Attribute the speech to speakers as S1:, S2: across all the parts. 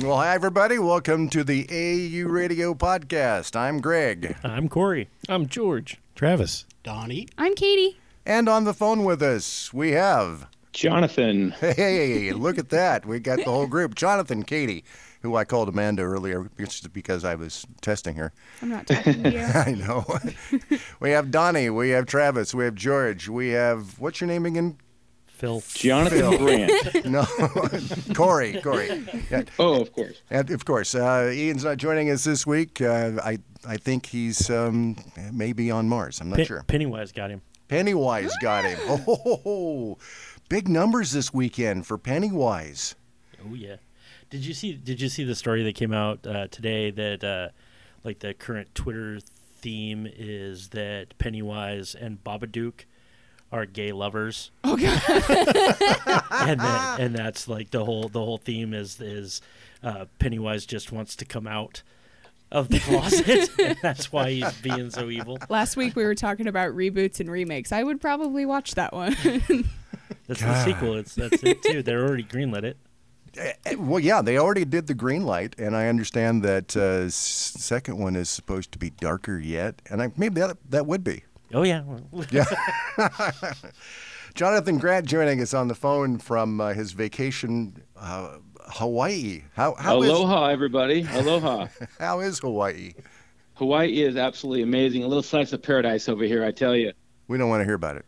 S1: Well, hi, everybody. Welcome to the AU Radio Podcast. I'm Greg.
S2: I'm Corey.
S3: I'm George.
S4: Travis.
S5: Donnie.
S6: I'm Katie.
S1: And on the phone with us, we have.
S7: Jonathan.
S1: Hey, look at that. We got the whole group. Jonathan, Katie, who I called Amanda earlier just because I was testing her.
S6: I'm not talking to you.
S1: I know. we have Donnie. We have Travis. We have George. We have. What's your name again?
S2: Phil.
S1: Phil.
S7: Jonathan Brandt.
S1: No, Corey. Corey. Yeah,
S7: Oh, of course.
S1: And of course, uh, Ian's not joining us this week. Uh, I I think he's um, maybe on Mars. I'm not
S2: Pe-
S1: sure.
S2: Pennywise got him.
S1: Pennywise got him. Oh, ho, ho, ho. big numbers this weekend for Pennywise.
S2: Oh yeah. Did you see? Did you see the story that came out uh, today that uh, like the current Twitter theme is that Pennywise and Babadook are gay lovers.
S6: Oh god.
S2: and that, and that's like the whole the whole theme is is uh, Pennywise just wants to come out of the closet, and that's why he's being so evil.
S6: Last week we were talking about reboots and remakes. I would probably watch that one.
S2: That's
S1: God.
S2: the sequel. It's that's it too. They're already greenlit it.
S1: Eh, Well, yeah, they already did the green light, and I understand that uh, s- second one is supposed to be darker yet, and I, maybe that that would be.
S2: Oh yeah,
S1: Yeah. Jonathan Grant joining us on the phone from uh, his vacation, uh, Hawaii. How how is-
S7: Aloha, everybody. Aloha.
S1: how is Hawaii?
S7: Hawaii is absolutely amazing. A little slice of paradise over here, I tell you.
S1: We don't want to hear about it.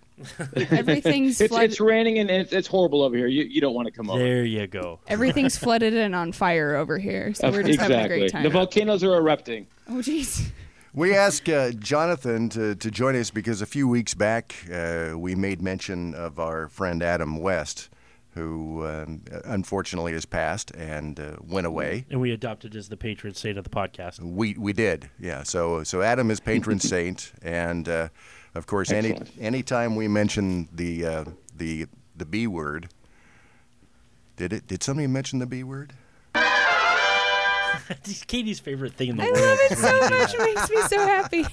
S6: Everything's
S7: It's,
S6: flooded.
S7: it's raining and it's, it's horrible over here. You, you don't want to come over.
S2: there you go.
S6: Everything's flooded and on fire over here. So we're just
S7: exactly.
S6: having a great time.
S7: The volcanoes are erupting.
S6: oh jeez.
S1: We asked uh, Jonathan to, to join us because a few weeks back uh, we made mention of our friend Adam West, who um, unfortunately has passed and uh, went away.
S2: And we adopted as the patron saint of the podcast.
S1: We we did, yeah. So so Adam is patron saint, and uh, of course, any
S7: Excellent.
S1: anytime we mention the uh, the the B word, did it? Did somebody mention the B word?
S2: It's Katie's favorite thing in the
S6: I
S2: world.
S6: love it
S2: is when we do
S6: so much.
S2: that.
S6: It makes me so happy.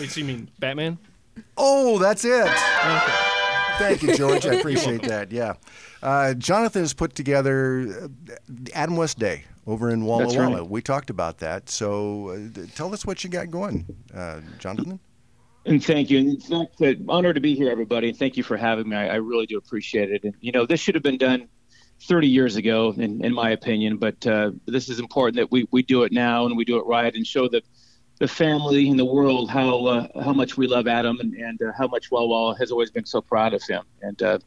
S3: Wait, so you mean Batman?
S1: Oh, that's it. Thank you, George. I appreciate that. Yeah. Uh, Jonathan has put together uh, Adam West Day over in Walla
S7: That's
S1: Walla.
S7: right.
S1: We talked about that. So uh, th- tell us what you got going, uh, Jonathan.
S7: And thank you. And it's not an honor to be here, everybody. And thank you for having me. I, I really do appreciate it. And, you know, this should have been done 30 years ago, in, in my opinion. But uh, this is important that we, we do it now and we do it right and show the, the family and the world how uh, how much we love Adam and, and uh, how much Walla Walla has always been so proud of him. And uh,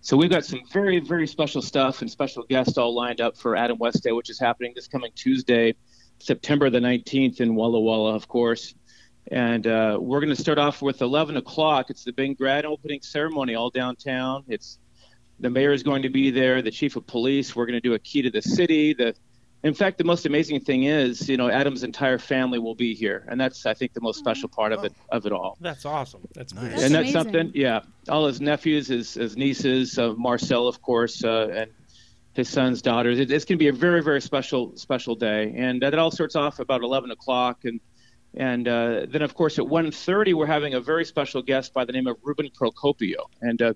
S7: so we've got some very, very special stuff and special guests all lined up for Adam West Day, which is happening this coming Tuesday, September the 19th in Walla Walla, of course. And uh, we're going to start off with 11 o'clock. It's the Bing Grad opening ceremony all downtown. It's the mayor is going to be there, the chief of police. We're going to do a key to the city. The, in fact, the most amazing thing is, you know, Adam's entire family will be here, and that's I think the most special part of it of it all.
S2: That's awesome.
S3: That's
S1: Nice.
S3: nice.
S6: That's
S7: and that's
S6: amazing.
S7: something, yeah. All his nephews, his, his nieces, uh, Marcel, of course, uh, and his sons, daughters. It, it's going to be a very, very special, special day. And uh, that all starts off about 11 o'clock. And and uh, then, of course, at 1.30, we're having a very special guest by the name of Ruben Procopio. And, uh,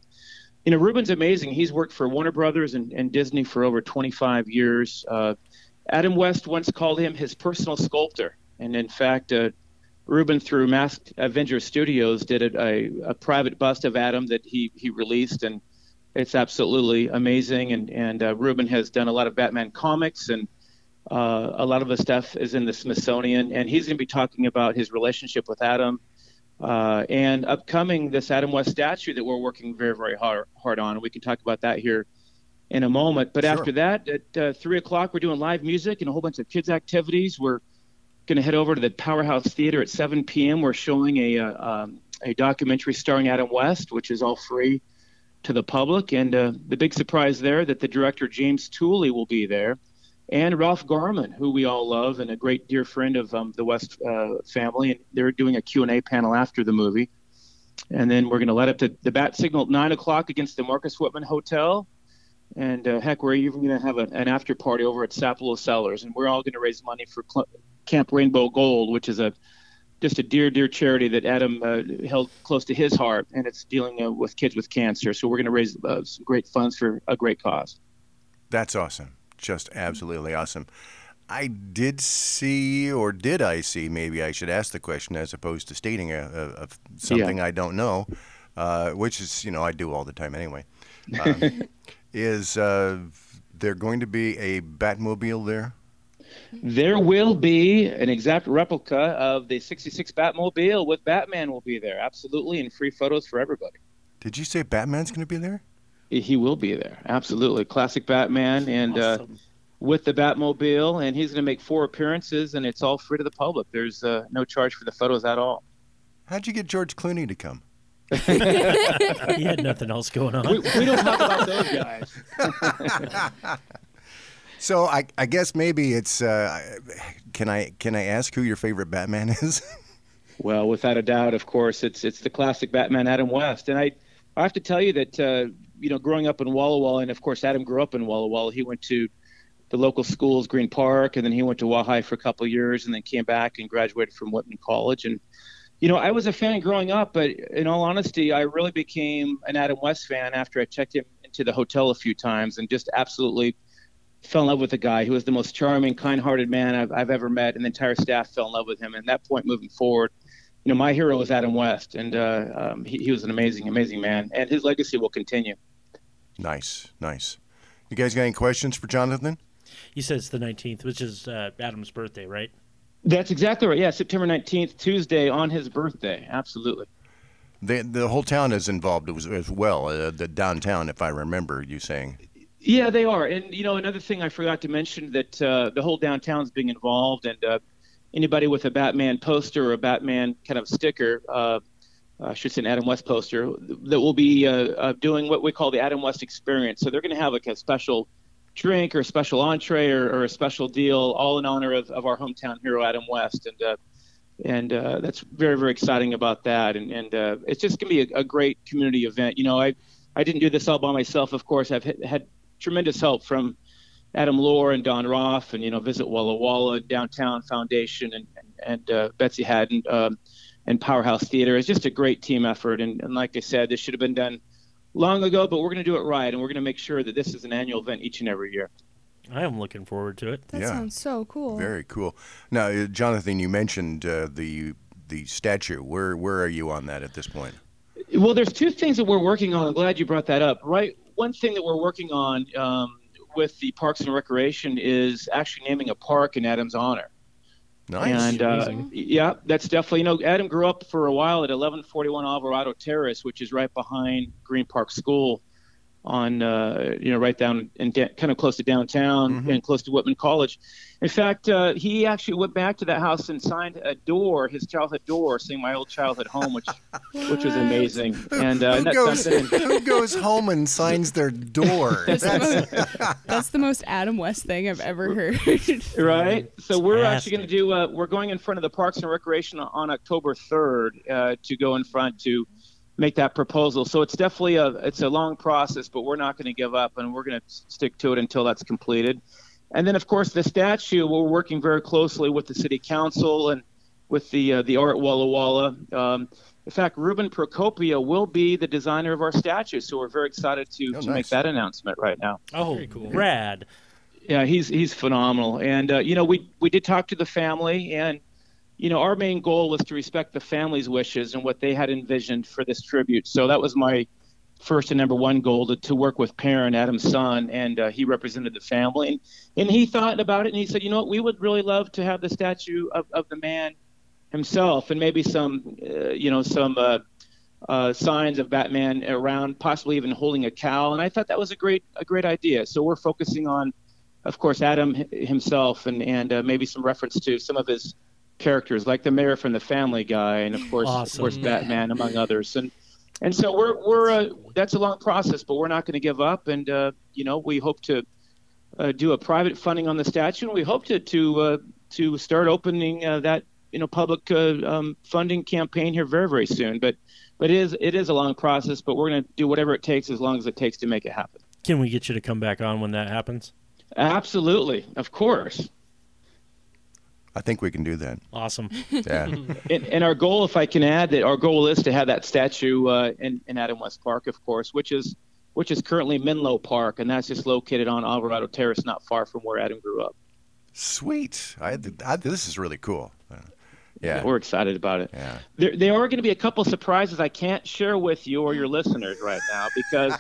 S7: you know, Ruben's amazing. He's worked for Warner Brothers and, and Disney for over 25 years. Uh, Adam West once called him his personal sculptor. And, in fact, uh, Ruben through Masked Avenger Studios did a, a, a private bust of Adam that he, he released, and it's absolutely amazing. And and uh, Ruben has done a lot of Batman comics, and uh, a lot of the stuff is in the Smithsonian. And he's going to be talking about his relationship with Adam, uh, and upcoming this Adam West statue that we're working very very hard hard on. And we can talk about that here in a moment. But
S1: Sure.
S7: after that, at uh, three o'clock, we're doing live music and a whole bunch of kids activities. We're going to head over to the Powerhouse Theater at 7 p.m. We're showing a uh, um, a documentary starring Adam West, which is all free to the public. And uh, the big surprise there that the director James Tooley will be there, and Ralph Garman, who we all love and a great dear friend of um, the West uh, family. And they're doing a Q&A panel after the movie. And then we're going to let up the, the bat signal at 9 o'clock against the Marcus Whitman Hotel. And uh, heck, we're even going to have a, an after party over at Sapelo Cellars, and we're all going to raise money for Cl- Camp Rainbow Gold, which is a just a dear, dear charity that Adam uh, held close to his heart, and it's dealing uh, with kids with cancer. So we're going to raise uh, some great funds for a great cause.
S1: That's awesome. just absolutely awesome. I did see, or did I see? Maybe I should ask the question as opposed to stating a, a, a something I don't know, uh, which is you know I do all the time anyway. Um, is uh, there going to be a Batmobile there?
S7: There will be an exact replica of the 66 Batmobile with Batman will be there. Absolutely. And free photos for everybody.
S1: Did you say Batman's going to be there?
S7: He will be there. Absolutely. Classic Batman and uh,
S2: Awesome.
S7: with the Batmobile. And he's going to make four appearances and it's all free to the public. There's uh, no charge for the photos at all.
S1: How'd you get George Clooney to come?
S2: he had nothing else going on.
S7: We, we don't talk about those guys.
S1: So I, I guess maybe it's uh, can I can I ask who your favorite Batman is?
S7: Well, without a doubt, of course, it's it's the classic Batman, Adam West, and I I have to tell you that uh, you know growing up in Walla Walla, and of course Adam grew up in Walla Walla. He went to the local schools, Green Park, and then he went to Wahai for a couple of years, and then came back and graduated from Whitman College. And you know, I was a fan growing up, but in all honesty, I really became an Adam West fan after I checked him into the hotel a few times and just absolutely fell in love with the guy who was the most charming, kind-hearted man I've, I've ever met, and the entire staff fell in love with him. And at that point, moving forward, you know, my hero was Adam West, and uh, um, he, he was an amazing, amazing man, and his legacy will continue.
S1: nice, nice. You guys got any questions for Jonathan?
S2: He says the 19th, which is uh, Adam's birthday, right?
S7: That's exactly right. Yeah, September 19th, Tuesday, on his birthday. Absolutely.
S1: The the whole town is involved as, as well. Uh, the downtown, if I remember you saying.
S7: Yeah, they are. And you know, another thing I forgot to mention that uh, the whole downtown's being involved, and uh, anybody with a Batman poster or a Batman kind of sticker, uh, I should say an Adam West poster, that will be uh, uh, doing what we call the Adam West experience. So they're going to have like a special drink or a special entree or, or a special deal, all in honor of, of our hometown hero Adam West, and. Uh, and uh, that's very very exciting about that and and uh, it's just gonna be a, a great community event you know i i didn't do this all by myself of course i've had- had tremendous help from adam lohr and don roth and you know visit walla walla downtown foundation and and uh, betsy haddon um, and powerhouse theater it's just a great team effort and, and like i said this should have been done long ago but we're going to do it right and we're going to make sure that this is an annual event each and every year
S2: I am looking forward to it.
S6: That
S1: Yeah.
S6: sounds so cool.
S1: Very cool. Now, uh, Jonathan, you mentioned uh, the the statue. Where where are you on that at this point?
S7: Well, there's two things that we're working on. I'm glad you brought that up. Right, one thing that we're working on um, with the Parks and Recreation is actually naming a park in Adam's honor.
S1: Nice.
S7: And uh, yeah, that's definitely you know Adam grew up for a while at 1141 Alvarado Terrace, which is right behind Green Park School, on uh, you know right down and da- kind of close to downtown
S1: Mm-hmm.
S7: and close to Whitman College. In fact, uh, he actually went back to that house and signed a door, his childhood door, saying "My old childhood home," which which was amazing. And, uh,
S1: who
S7: and that's
S1: goes
S7: something.
S1: who goes home and signs their door?
S6: That's, the most, that's the most Adam West thing I've ever heard.
S7: right? So we're actually going
S2: Fantastic.
S7: to do. Uh, we're going in front of the Parks and Recreation on- on October 3rd uh, to go in front to make that proposal. So it's definitely a it's a long process, but we're not going to give up, and we're going to stick to it until that's completed. And then, of course, the statue. We're working very closely with the city council and with the uh, the art Walla Walla. Um, in fact, Ruben Procopio will be the designer of our statue, so we're very excited to,
S1: Oh, nice.
S7: to make that announcement right now.
S2: Oh,
S3: cool.
S2: rad.
S7: Yeah, he's he's phenomenal, and uh, you know we we did talk to the family, and you know our main goal was to respect the family's wishes and what they had envisioned for this tribute. So that was my first and number one goal to, to work with Perrin, Adam's son, and uh, he represented the family, and, and he thought about it, and he said, you know what, we would really love to have the statue of, of the man himself, and maybe some uh, you know some. Uh, uh, signs of Batman around, possibly even holding a cow, and I thought that was a great a great idea. So we're focusing on of course, Adam h- himself, and and uh, maybe some reference to some of his characters, like the mayor from The Family Guy, and of course,
S2: Awesome.
S7: of course, Batman, among others. And and so we're we're uh, that's a long process, but we're not going to give up. And uh, you know, we hope to uh, do a private funding on the statue, and we hope to to uh, to start opening uh, that you know public uh, um, funding campaign here very very soon. But but it is it is a long process, but we're going to do whatever it takes as long as it takes to make it happen.
S2: Can we get you to come back on when that happens?
S7: Absolutely, of course.
S1: I think we can do that.
S2: Awesome.
S1: Yeah.
S7: and, and our goal, if I can add, that our goal is to have that statue uh, in, in Adam West Park, of course, which is which is currently Menlo Park, and that's just located on Alvarado Terrace, not far from where Adam grew up.
S1: Sweet. I, I, this is really cool. Uh, yeah.
S7: we're excited about it.
S1: Yeah.
S7: There, there are going to be a couple surprises I can't share with you or your listeners right now because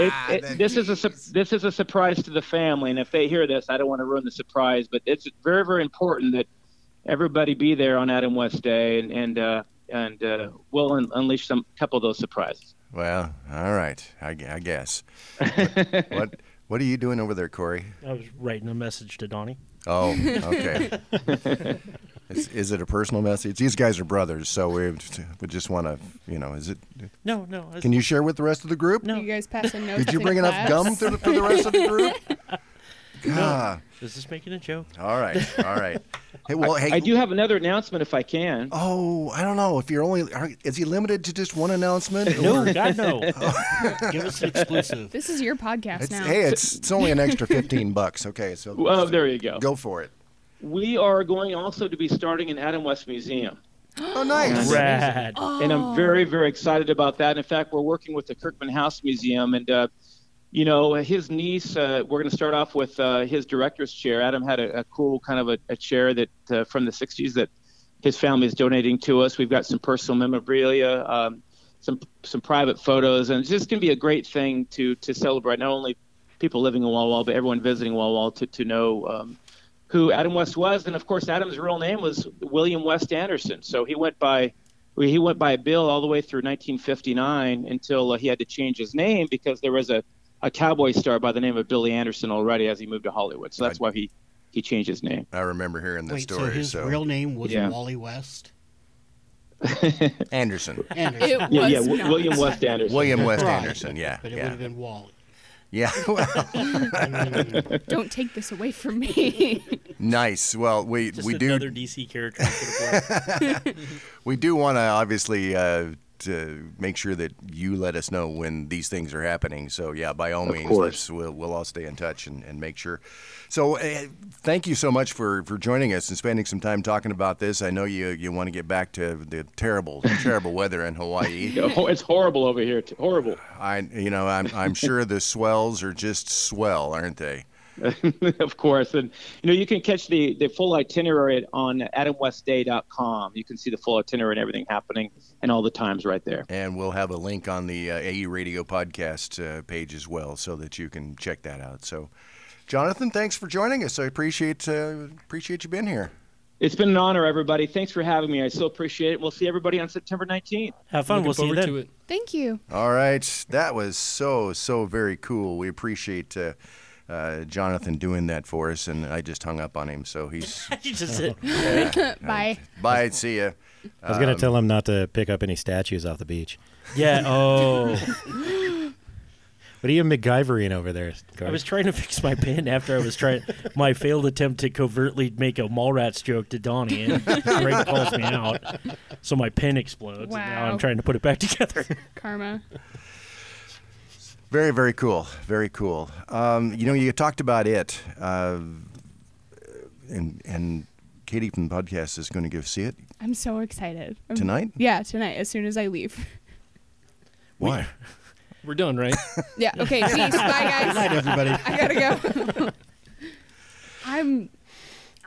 S7: it, it-
S1: the
S7: this Ah, is a sup- this is a surprise to the family, and if they hear this, I don't want to ruin the surprise. But it's very very important that everybody be there on Adam West Day, and and uh, and uh, we'll un- unleash some couple of those surprises.
S1: Well, all right. I, gu- I guess. What, what What are you doing over there, Corey?
S2: I was writing a message to Donnie.
S1: Oh, okay. is, is it a personal message? These guys are brothers, so we, we just want to, you know, is it?
S2: No, no. I-
S1: Can you share with the rest of the group?
S2: No.
S6: You guys passing notes.
S1: Did you
S6: in
S1: bring enough
S6: class?
S1: gum for the, for the rest of the group? Ah,
S2: Is this making a joke?
S1: all right, all right. Hey, well, hey.
S7: I do have another announcement if I can.
S1: Oh, I don't know if you're only. Are, is he limited to just one announcement? or-
S2: No, God no.
S4: Give us an exclusive.
S6: This is your podcast
S1: It's,
S6: now.
S1: hey, it's it's only an extra fifteen bucks. Okay, so
S7: Well, Oh, there you go.
S1: go for it.
S7: We are going also to be starting an Adam West Museum.
S1: Oh, nice.
S2: Rad.
S7: and I'm very, very excited about that. In fact, we're working with the Kirkman House Museum, and uh, you know, his niece. Uh, we're going to start off with uh, his director's chair. Adam had a, a cool kind of a, a chair that uh, from the '60s that his family is donating to us. We've got some personal memorabilia, um, some some private photos, and it's just going to be a great thing to to celebrate not only people living in Walla Walla, but everyone visiting Walla Walla to to know. Um, who Adam West was, and of course Adam's real name was William West Anderson. So he went by well, he went by Bill all the way through 1959 until uh, he had to change his name because there was a, a cowboy star by the name of Billy Anderson already as he moved to Hollywood. So that's why he, he changed his name.
S1: I remember hearing the
S4: Wait,
S1: story.
S4: so his real name was
S7: Yeah.
S4: Wally West?
S1: Anderson,
S4: Anderson.
S6: It
S7: Yeah,
S6: was
S7: yeah,
S6: not.
S7: W- William West Anderson.
S1: William West
S4: Right.
S1: Anderson. Yeah,
S4: But it would
S1: yeah,
S4: have been Wally.
S1: yeah. Well,
S6: Oh, Don't take this away from me.
S1: nice. Well, we
S2: Just
S1: we do
S2: another DC character. I could have brought.
S1: we do want to obviously. Uh, to make sure that you let us know when these things are happening. So yeah, by all means,
S7: course.
S1: let's, we'll, we'll all stay in touch and, and make sure. So uh, thank you so much for, for joining us and spending some time talking about this. I know you you want to get back to the terrible terrible weather in Hawaii.
S7: Oh, it's horrible over here. It's horrible.
S1: I, you know, I'm, I'm sure the swells are just swell, aren't they?
S7: of course. And, you know, you can catch the, the full itinerary on adamwestday.com. You can see the full itinerary and everything happening and all the times right there.
S1: And we'll have a link on the uh, AE Radio podcast uh, page as well, so that you can check that out. So, Jonathan, thanks for joining us. I appreciate uh, appreciate you being here.
S7: It's been an honor, everybody. Thanks for having me. I so appreciate it. We'll see everybody on September 19th.
S2: Have fun. we'll
S3: Looking
S2: see you
S3: forward
S2: then.
S3: to it.
S6: Thank you.
S1: All right, that was so so very cool. We appreciate. Uh, uh, Jonathan doing that for us, and I just hung up on him, so he's uh,
S2: You just said,
S6: Bye.
S1: bye. See ya.
S5: I was gonna
S2: Um,
S5: tell him not to pick up any statues off the beach.
S2: yeah. Oh,
S5: What are you MacGyvering over there?
S2: I
S5: Gar?
S2: was trying to fix my pin after I was trying my failed attempt to covertly make a Mallrats joke to Donnie, and Greg calls me out, so my pin explodes, and now
S6: Wow.
S2: I'm trying to put it back together.
S6: Karma.
S1: Very, very cool. Very cool. Um, you know, you talked about it, uh, and and Katie from the podcast is going to go see it
S6: I'm so excited. I'm-
S1: tonight.
S6: Yeah, tonight, as soon as I leave.
S1: Why?
S3: We're done, right?
S6: Yeah, okay, peace. Bye, guys.
S5: Night, everybody.
S6: I gotta go. I'm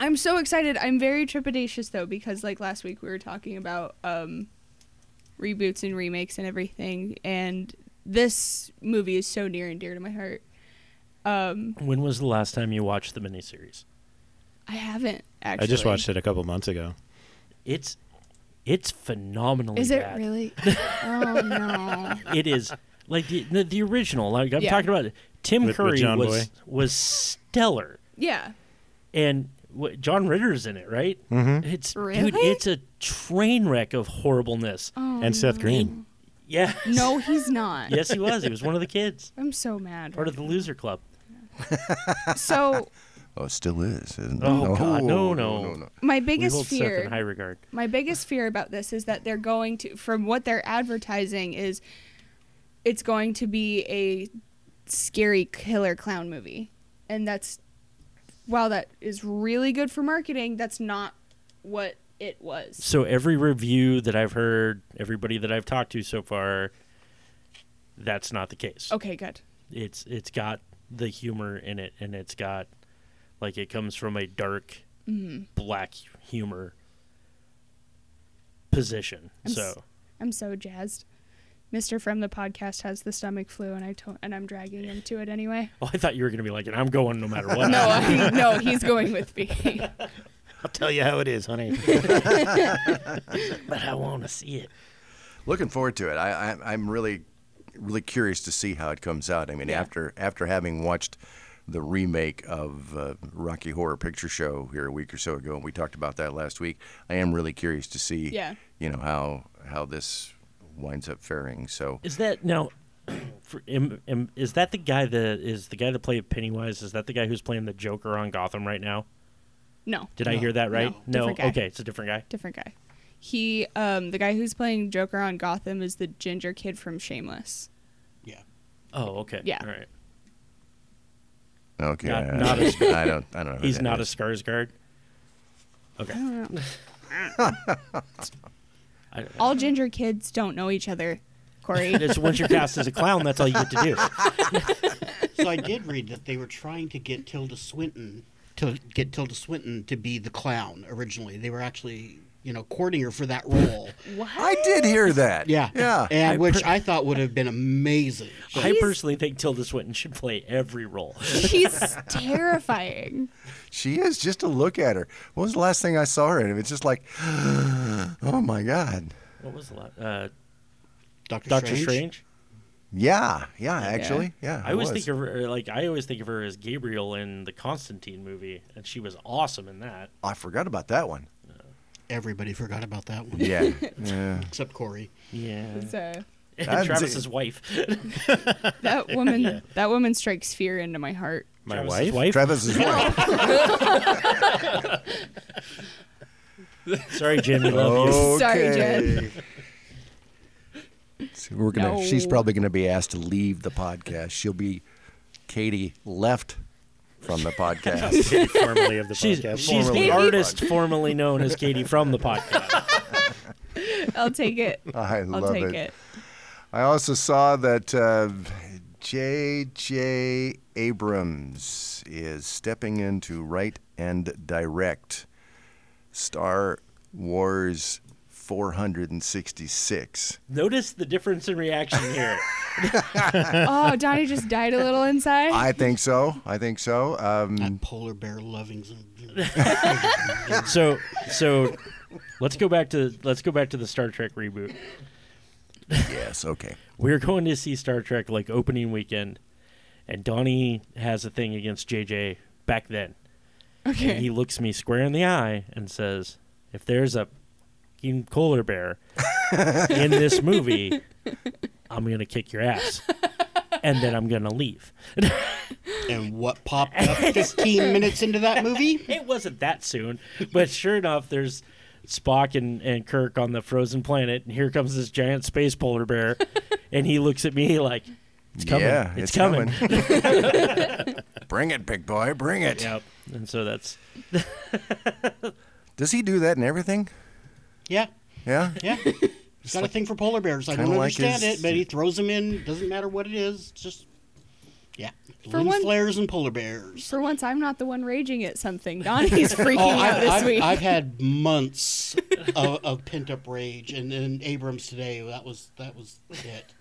S6: I'm so excited. I'm very trepidatious though because like last week we were talking about um reboots and remakes and everything and this movie is so near and dear to my heart. Um
S2: when was the last time you watched the miniseries?
S6: I haven't actually
S5: I just watched it a couple months ago.
S2: It's it's phenomenally
S6: Is it
S2: bad.
S6: really? oh no.
S2: it is like the, the, the original. Like I'm
S6: Yeah.
S2: talking about, Tim
S5: With- with
S2: Curry
S5: John
S2: was was stellar,
S6: Yeah.
S2: and what, John Ritter's in it, right? Mm-hmm. It's dude,
S6: Really?
S2: it's a train wreck of horribleness.
S6: Oh,
S5: and Seth Green.
S2: Yeah.
S6: No, he's not.
S2: yes, he was. He was one of the kids,
S6: I'm so mad.
S2: part of the loser club.
S6: So
S1: Oh, it still is, isn't it?
S2: Oh, God, no, no. We
S6: my biggest
S2: hold Seth
S6: fear
S2: in high regard.
S6: My biggest fear about this is that they're going to, from what they're advertising, is it's going to be a scary killer clown movie. And that's, while that is really good for marketing, that's not what it was.
S2: So every review that I've heard, everybody that I've talked to so far, That's not the case.
S6: Okay, good.
S2: It's it's got the humor in it, and it's got like it comes from a dark
S6: Mm-hmm.
S2: black humor position.
S6: I'm
S2: so
S6: s- I'm so jazzed. Mister from the podcast has the stomach flu, and I to- and I'm dragging him to it anyway.
S2: oh, I thought you were gonna be like, and I'm going no matter what.
S6: No, I, no, he's going with me.
S5: I'll tell you how it is, honey.
S2: but I want to see it.
S1: Looking forward to it. I, I, I'm really, really curious to see how it comes out. I mean, after after having watched the remake of uh, Rocky Horror Picture Show here a week or so ago, and we talked about that last week, I am really curious to see,
S6: Yeah.
S1: you know, how how this winds up faring. So
S2: Is that now? For, am, am, is that the guy that is the guy that played Pennywise? Is that the guy who's playing the Joker on Gotham right now?
S6: No,
S2: Did I hear that right?
S6: No.
S2: No.
S6: Different guy.
S2: Okay, it's a different guy.
S6: different guy. He, um, the guy who's playing Joker on Gotham is the ginger kid from Shameless.
S4: Yeah.
S2: Oh, okay.
S6: Yeah.
S2: All right.
S1: okay,
S2: Not-
S1: I-
S2: not a-
S1: I don't, I don't know. who
S2: He's
S1: that
S2: not a
S1: is.
S2: Skarsgård. Okay.
S6: I don't know.
S2: I,
S6: All ginger kids don't know each other, Corey.
S2: it's once you're cast as a clown, that's all you get to do.
S4: So I did read that they were trying to get Tilda Swinton to get Tilda Swinton to be the clown originally. They were actually, you know, courting her for that role.
S1: I did hear that.
S4: Yeah.
S1: yeah.
S4: And which I thought would have been amazing.
S2: I personally think Tilda Swinton should play every role.
S6: She's terrifying.
S1: She is just to look at her. What was the last thing I saw her in? It's just like, oh my god.
S2: What was the last? Uh,
S4: Doctor,
S2: Doctor Strange.
S1: Yeah, yeah. Actually, yeah.
S2: I
S1: it
S2: always
S1: was.
S2: think of her like I always think of her as Gabriel in the Constantine movie, and she was awesome in that.
S1: I forgot about that one.
S4: Everybody forgot about that one.
S1: Yeah. yeah.
S4: Except Corey.
S2: Yeah.
S6: So
S1: I'm
S2: And
S1: d-
S2: Travis's wife.
S6: that woman, that woman strikes fear into my heart.
S5: My
S2: Travis's
S5: wife?
S1: Travis's wife.
S2: Sorry, Jim. We love you.
S1: okay.
S6: Sorry, Jen.
S1: So we're gonna. She's
S6: No.
S1: probably gonna be asked to leave the podcast. She'll be Katie left from the podcast.
S5: Formerly of the
S2: She's,
S5: podcast.
S2: she's
S1: Formerly
S2: the
S1: of the
S2: artist formerly known as Katie from the podcast.
S6: I'll take it.
S1: I
S6: I'll
S1: love
S6: take
S1: it.
S6: it.
S1: I also saw that uh, J.J. Abrams is stepping in to write and direct Star Wars 466.
S2: Notice the difference in reaction here.
S6: Oh, Donnie just died a little inside.
S1: I think so. I think so. Um,
S4: That polar bear lovings and
S2: So so let's go back to let's go back to the Star Trek reboot.
S1: yes. Okay.
S2: We're going to see Star Trek like opening weekend and Donnie has a thing against JJ back then. And he
S6: okay.
S2: looks me square in the eye and says, "If there's a fucking polar bear in this movie, I'm gonna kick your ass, and then I'm gonna leave."
S4: And what popped up 15 minutes into that movie?
S2: It wasn't that soon, but sure enough, there's Spock and, and Kirk on the frozen planet, and here comes this giant space polar bear, and he looks at me like, "It's coming,
S1: Yeah,
S2: it's,
S1: it's
S2: coming."
S1: Bring it, big boy. Bring it.
S2: yep. And so that's
S1: Does he do that in everything?
S4: Yeah.
S1: Yeah.
S4: Yeah. He's got a thing for polar bears. I
S1: kinda
S4: don't
S1: like
S4: understand
S1: his-
S4: it, but he throws them in. Doesn't matter what it is. It's just, yeah.
S6: For
S4: Balloon
S6: one-
S4: flares and polar bears.
S6: For once, I'm not the one raging at something. Donnie's freaking
S4: Oh,
S6: out
S4: I've,
S6: this
S4: I've,
S6: week.
S4: I've had months of, of pent up rage, and then Abrams today. That was that was it.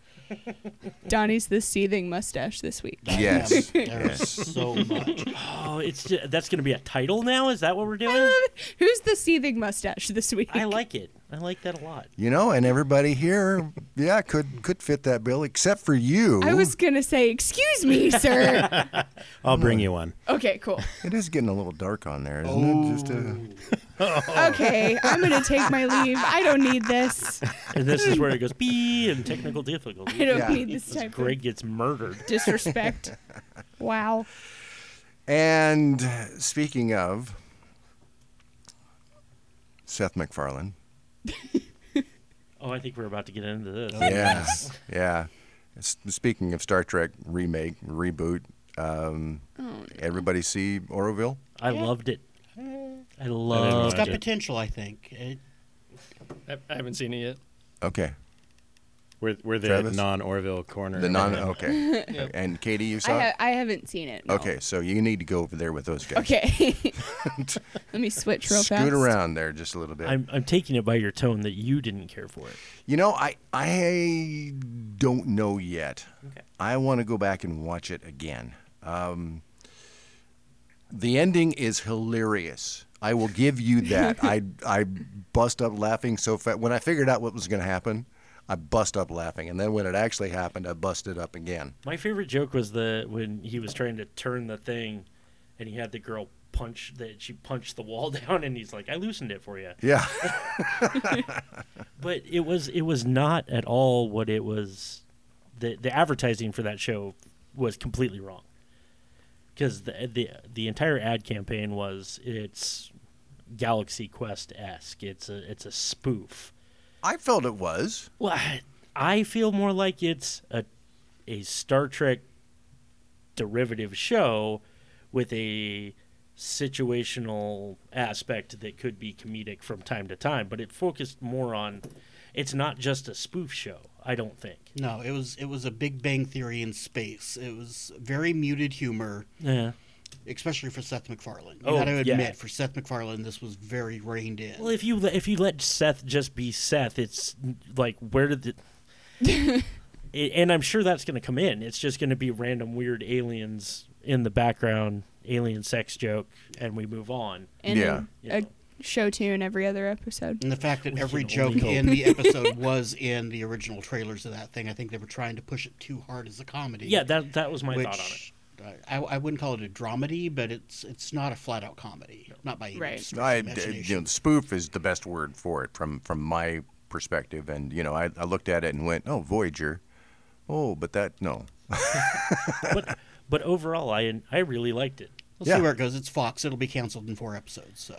S6: Donnie's the seething mustache this week.
S4: That-
S1: Yes.
S4: Um, There was
S1: Yes.
S4: so much.
S2: oh, it's ju- that's gonna be a title now. Is that what we're doing?
S6: Who's the seething mustache this week?
S2: I like it. I like that a lot.
S1: You know, and everybody here, yeah, could could fit that bill, except for you.
S6: I was gonna say, excuse me, sir.
S5: I'll bring you one.
S6: okay, cool.
S1: It is getting a little dark on there, isn't it? Just uh, a. Oh.
S6: Okay, I'm gonna take my leave. I don't need this.
S2: And this is where it goes bee and technical
S6: I
S2: difficulty.
S6: don't
S1: Yeah.
S6: need this type
S2: Greg gets murdered.
S6: of disrespect. Wow.
S1: And speaking of Seth MacFarlane,
S2: Oh, I think we're about to get into this.
S1: yeah, yeah. S- Speaking of Star Trek remake reboot, um,
S6: Oh,
S1: everybody see Oroville?
S2: I loved it. I loved
S4: It's got
S2: it.
S4: potential, I think. It,
S3: I, I haven't seen it yet.
S1: Okay,
S5: We're, we're the
S1: Travis?
S5: non Orville corner.
S1: The non okay.
S3: Yeah.
S1: And Katie, you
S6: I,
S1: saw
S6: ha-
S1: it.
S6: I haven't seen it. no.
S1: Okay, so you need to go over there with those guys.
S6: Okay. Let me switch real
S1: Scoot
S6: fast.
S1: around there just a little bit.
S2: I'm, I'm taking it by your tone that you didn't care for it.
S1: You know, I I don't know yet.
S2: Okay.
S1: I want to go back and watch it again. Um, the ending is hilarious. I will give you that. I I bust up laughing so fast when I figured out what was going to happen. I bust up laughing, and then when it actually happened, I busted up again.
S2: My favorite joke was the when he was trying to turn the thing, and he had the girl punch that she punched the wall down, and he's like, "I loosened it for you."
S1: Yeah,
S2: But it was it was not at all what it was. the The advertising for that show was completely wrong. Because the the the entire ad campaign was it's Galaxy Quest esque. It's a it's a spoof.
S1: I felt it was.
S2: Well, I- I feel more like it's a a Star Trek derivative show with a situational aspect that could be comedic from time to time, but it focused more on it's not just a spoof show, I don't think.
S4: No, it was it was a Big Bang Theory in space. It was very muted humor,
S2: Yeah.
S4: especially for Seth MacFarlane. You
S2: Oh,
S4: got to
S2: yeah.
S4: admit, for Seth MacFarlane, this was very reined in.
S2: Well, if you let, if you let Seth just be Seth, it's like where did the it, and I'm sure that's going to come in. It's just going to be random weird aliens in the background, alien sex joke, and we move on.
S6: And
S1: Yeah.
S6: A a show tune every other episode.
S4: and the fact that
S2: We
S4: every
S2: can only
S4: joke
S2: hope.
S4: in the episode was in the original trailers of that thing, I think they were trying to push it too hard as a comedy.
S2: Yeah, that that was my
S4: which
S2: thought on it.
S4: I, I wouldn't call it a dramedy, but it's it's not a flat out comedy, not by any
S6: Right.
S4: stretch of
S1: I,
S4: imagination.
S1: you know, spoof is the best word for it from from my perspective. And you know, I, I looked at it and went, "Oh, Voyager." Oh, but that no.
S2: But but overall, I I really liked it.
S4: We'll
S1: Yeah.
S4: see where it goes. It's Fox. It'll be canceled in four episodes.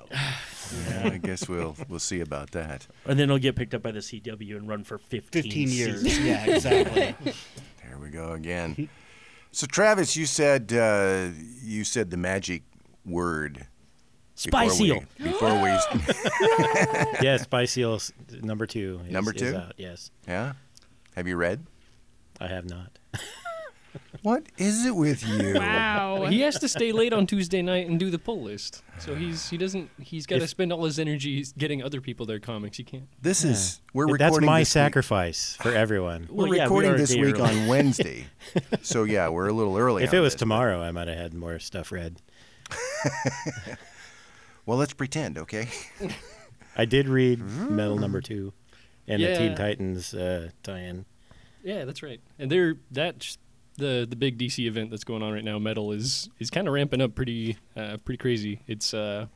S4: So
S1: I guess we'll we'll see about that.
S2: And then it'll get picked up by the CW and run for 15,
S4: 15 years.
S2: seasons.
S4: Yeah, exactly.
S1: There we go again. So Travis, you said uh, you said the magic word.
S2: Spy
S1: before
S2: Seal.
S1: We, before we,
S5: yes, Spy Seal s- number two. Is,
S1: Number
S5: is
S1: two?
S5: out, Yes,
S1: yeah. Have you read?
S5: I have not.
S1: What is it with you?
S6: Wow.
S3: He has to stay late on Tuesday night and do the pull list. So he's he doesn't he's got to
S5: If-
S3: spend all his energy getting other people their comics. He can't.
S1: This is we're
S5: Th-
S1: recording.
S5: That's my
S1: this week-
S5: sacrifice for everyone.
S1: We're
S2: Well, yeah, we
S1: recording
S2: are a
S1: this
S2: day
S1: week
S2: early.
S1: on Wednesday, so yeah, we're a little early.
S5: if
S1: on
S5: it was
S1: this.
S5: tomorrow, I might have had more stuff read.
S1: well, let's pretend, okay?
S5: I did read
S2: Mm.
S5: Metal Number Two and the Teen
S3: Yeah.
S5: Titans uh, tie-in.
S3: Yeah, that's right. And they're that's the the big DC event that's going on right now. Metal is is kind of ramping up pretty uh, pretty crazy. It's uh,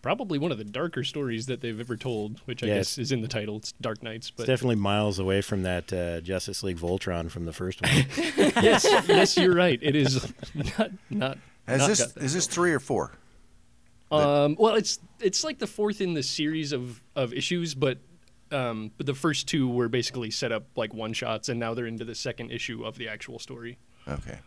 S3: probably one of the darker stories that they've ever told, which I
S5: Yeah,
S3: guess
S5: it's-
S3: is in the title. It's Dark Knights,
S5: It's
S3: but
S5: definitely miles away from that uh, Justice League Voltron from the first one.
S3: yes, yes, you're right. It is not not.
S1: Is
S3: not
S1: this
S3: got that.
S1: is this three or four?
S3: Um, well, it's it's like the fourth in the series of of issues, but um, but the first two were basically set up like one shots, and now they're into the second issue of the actual story.
S1: Okay,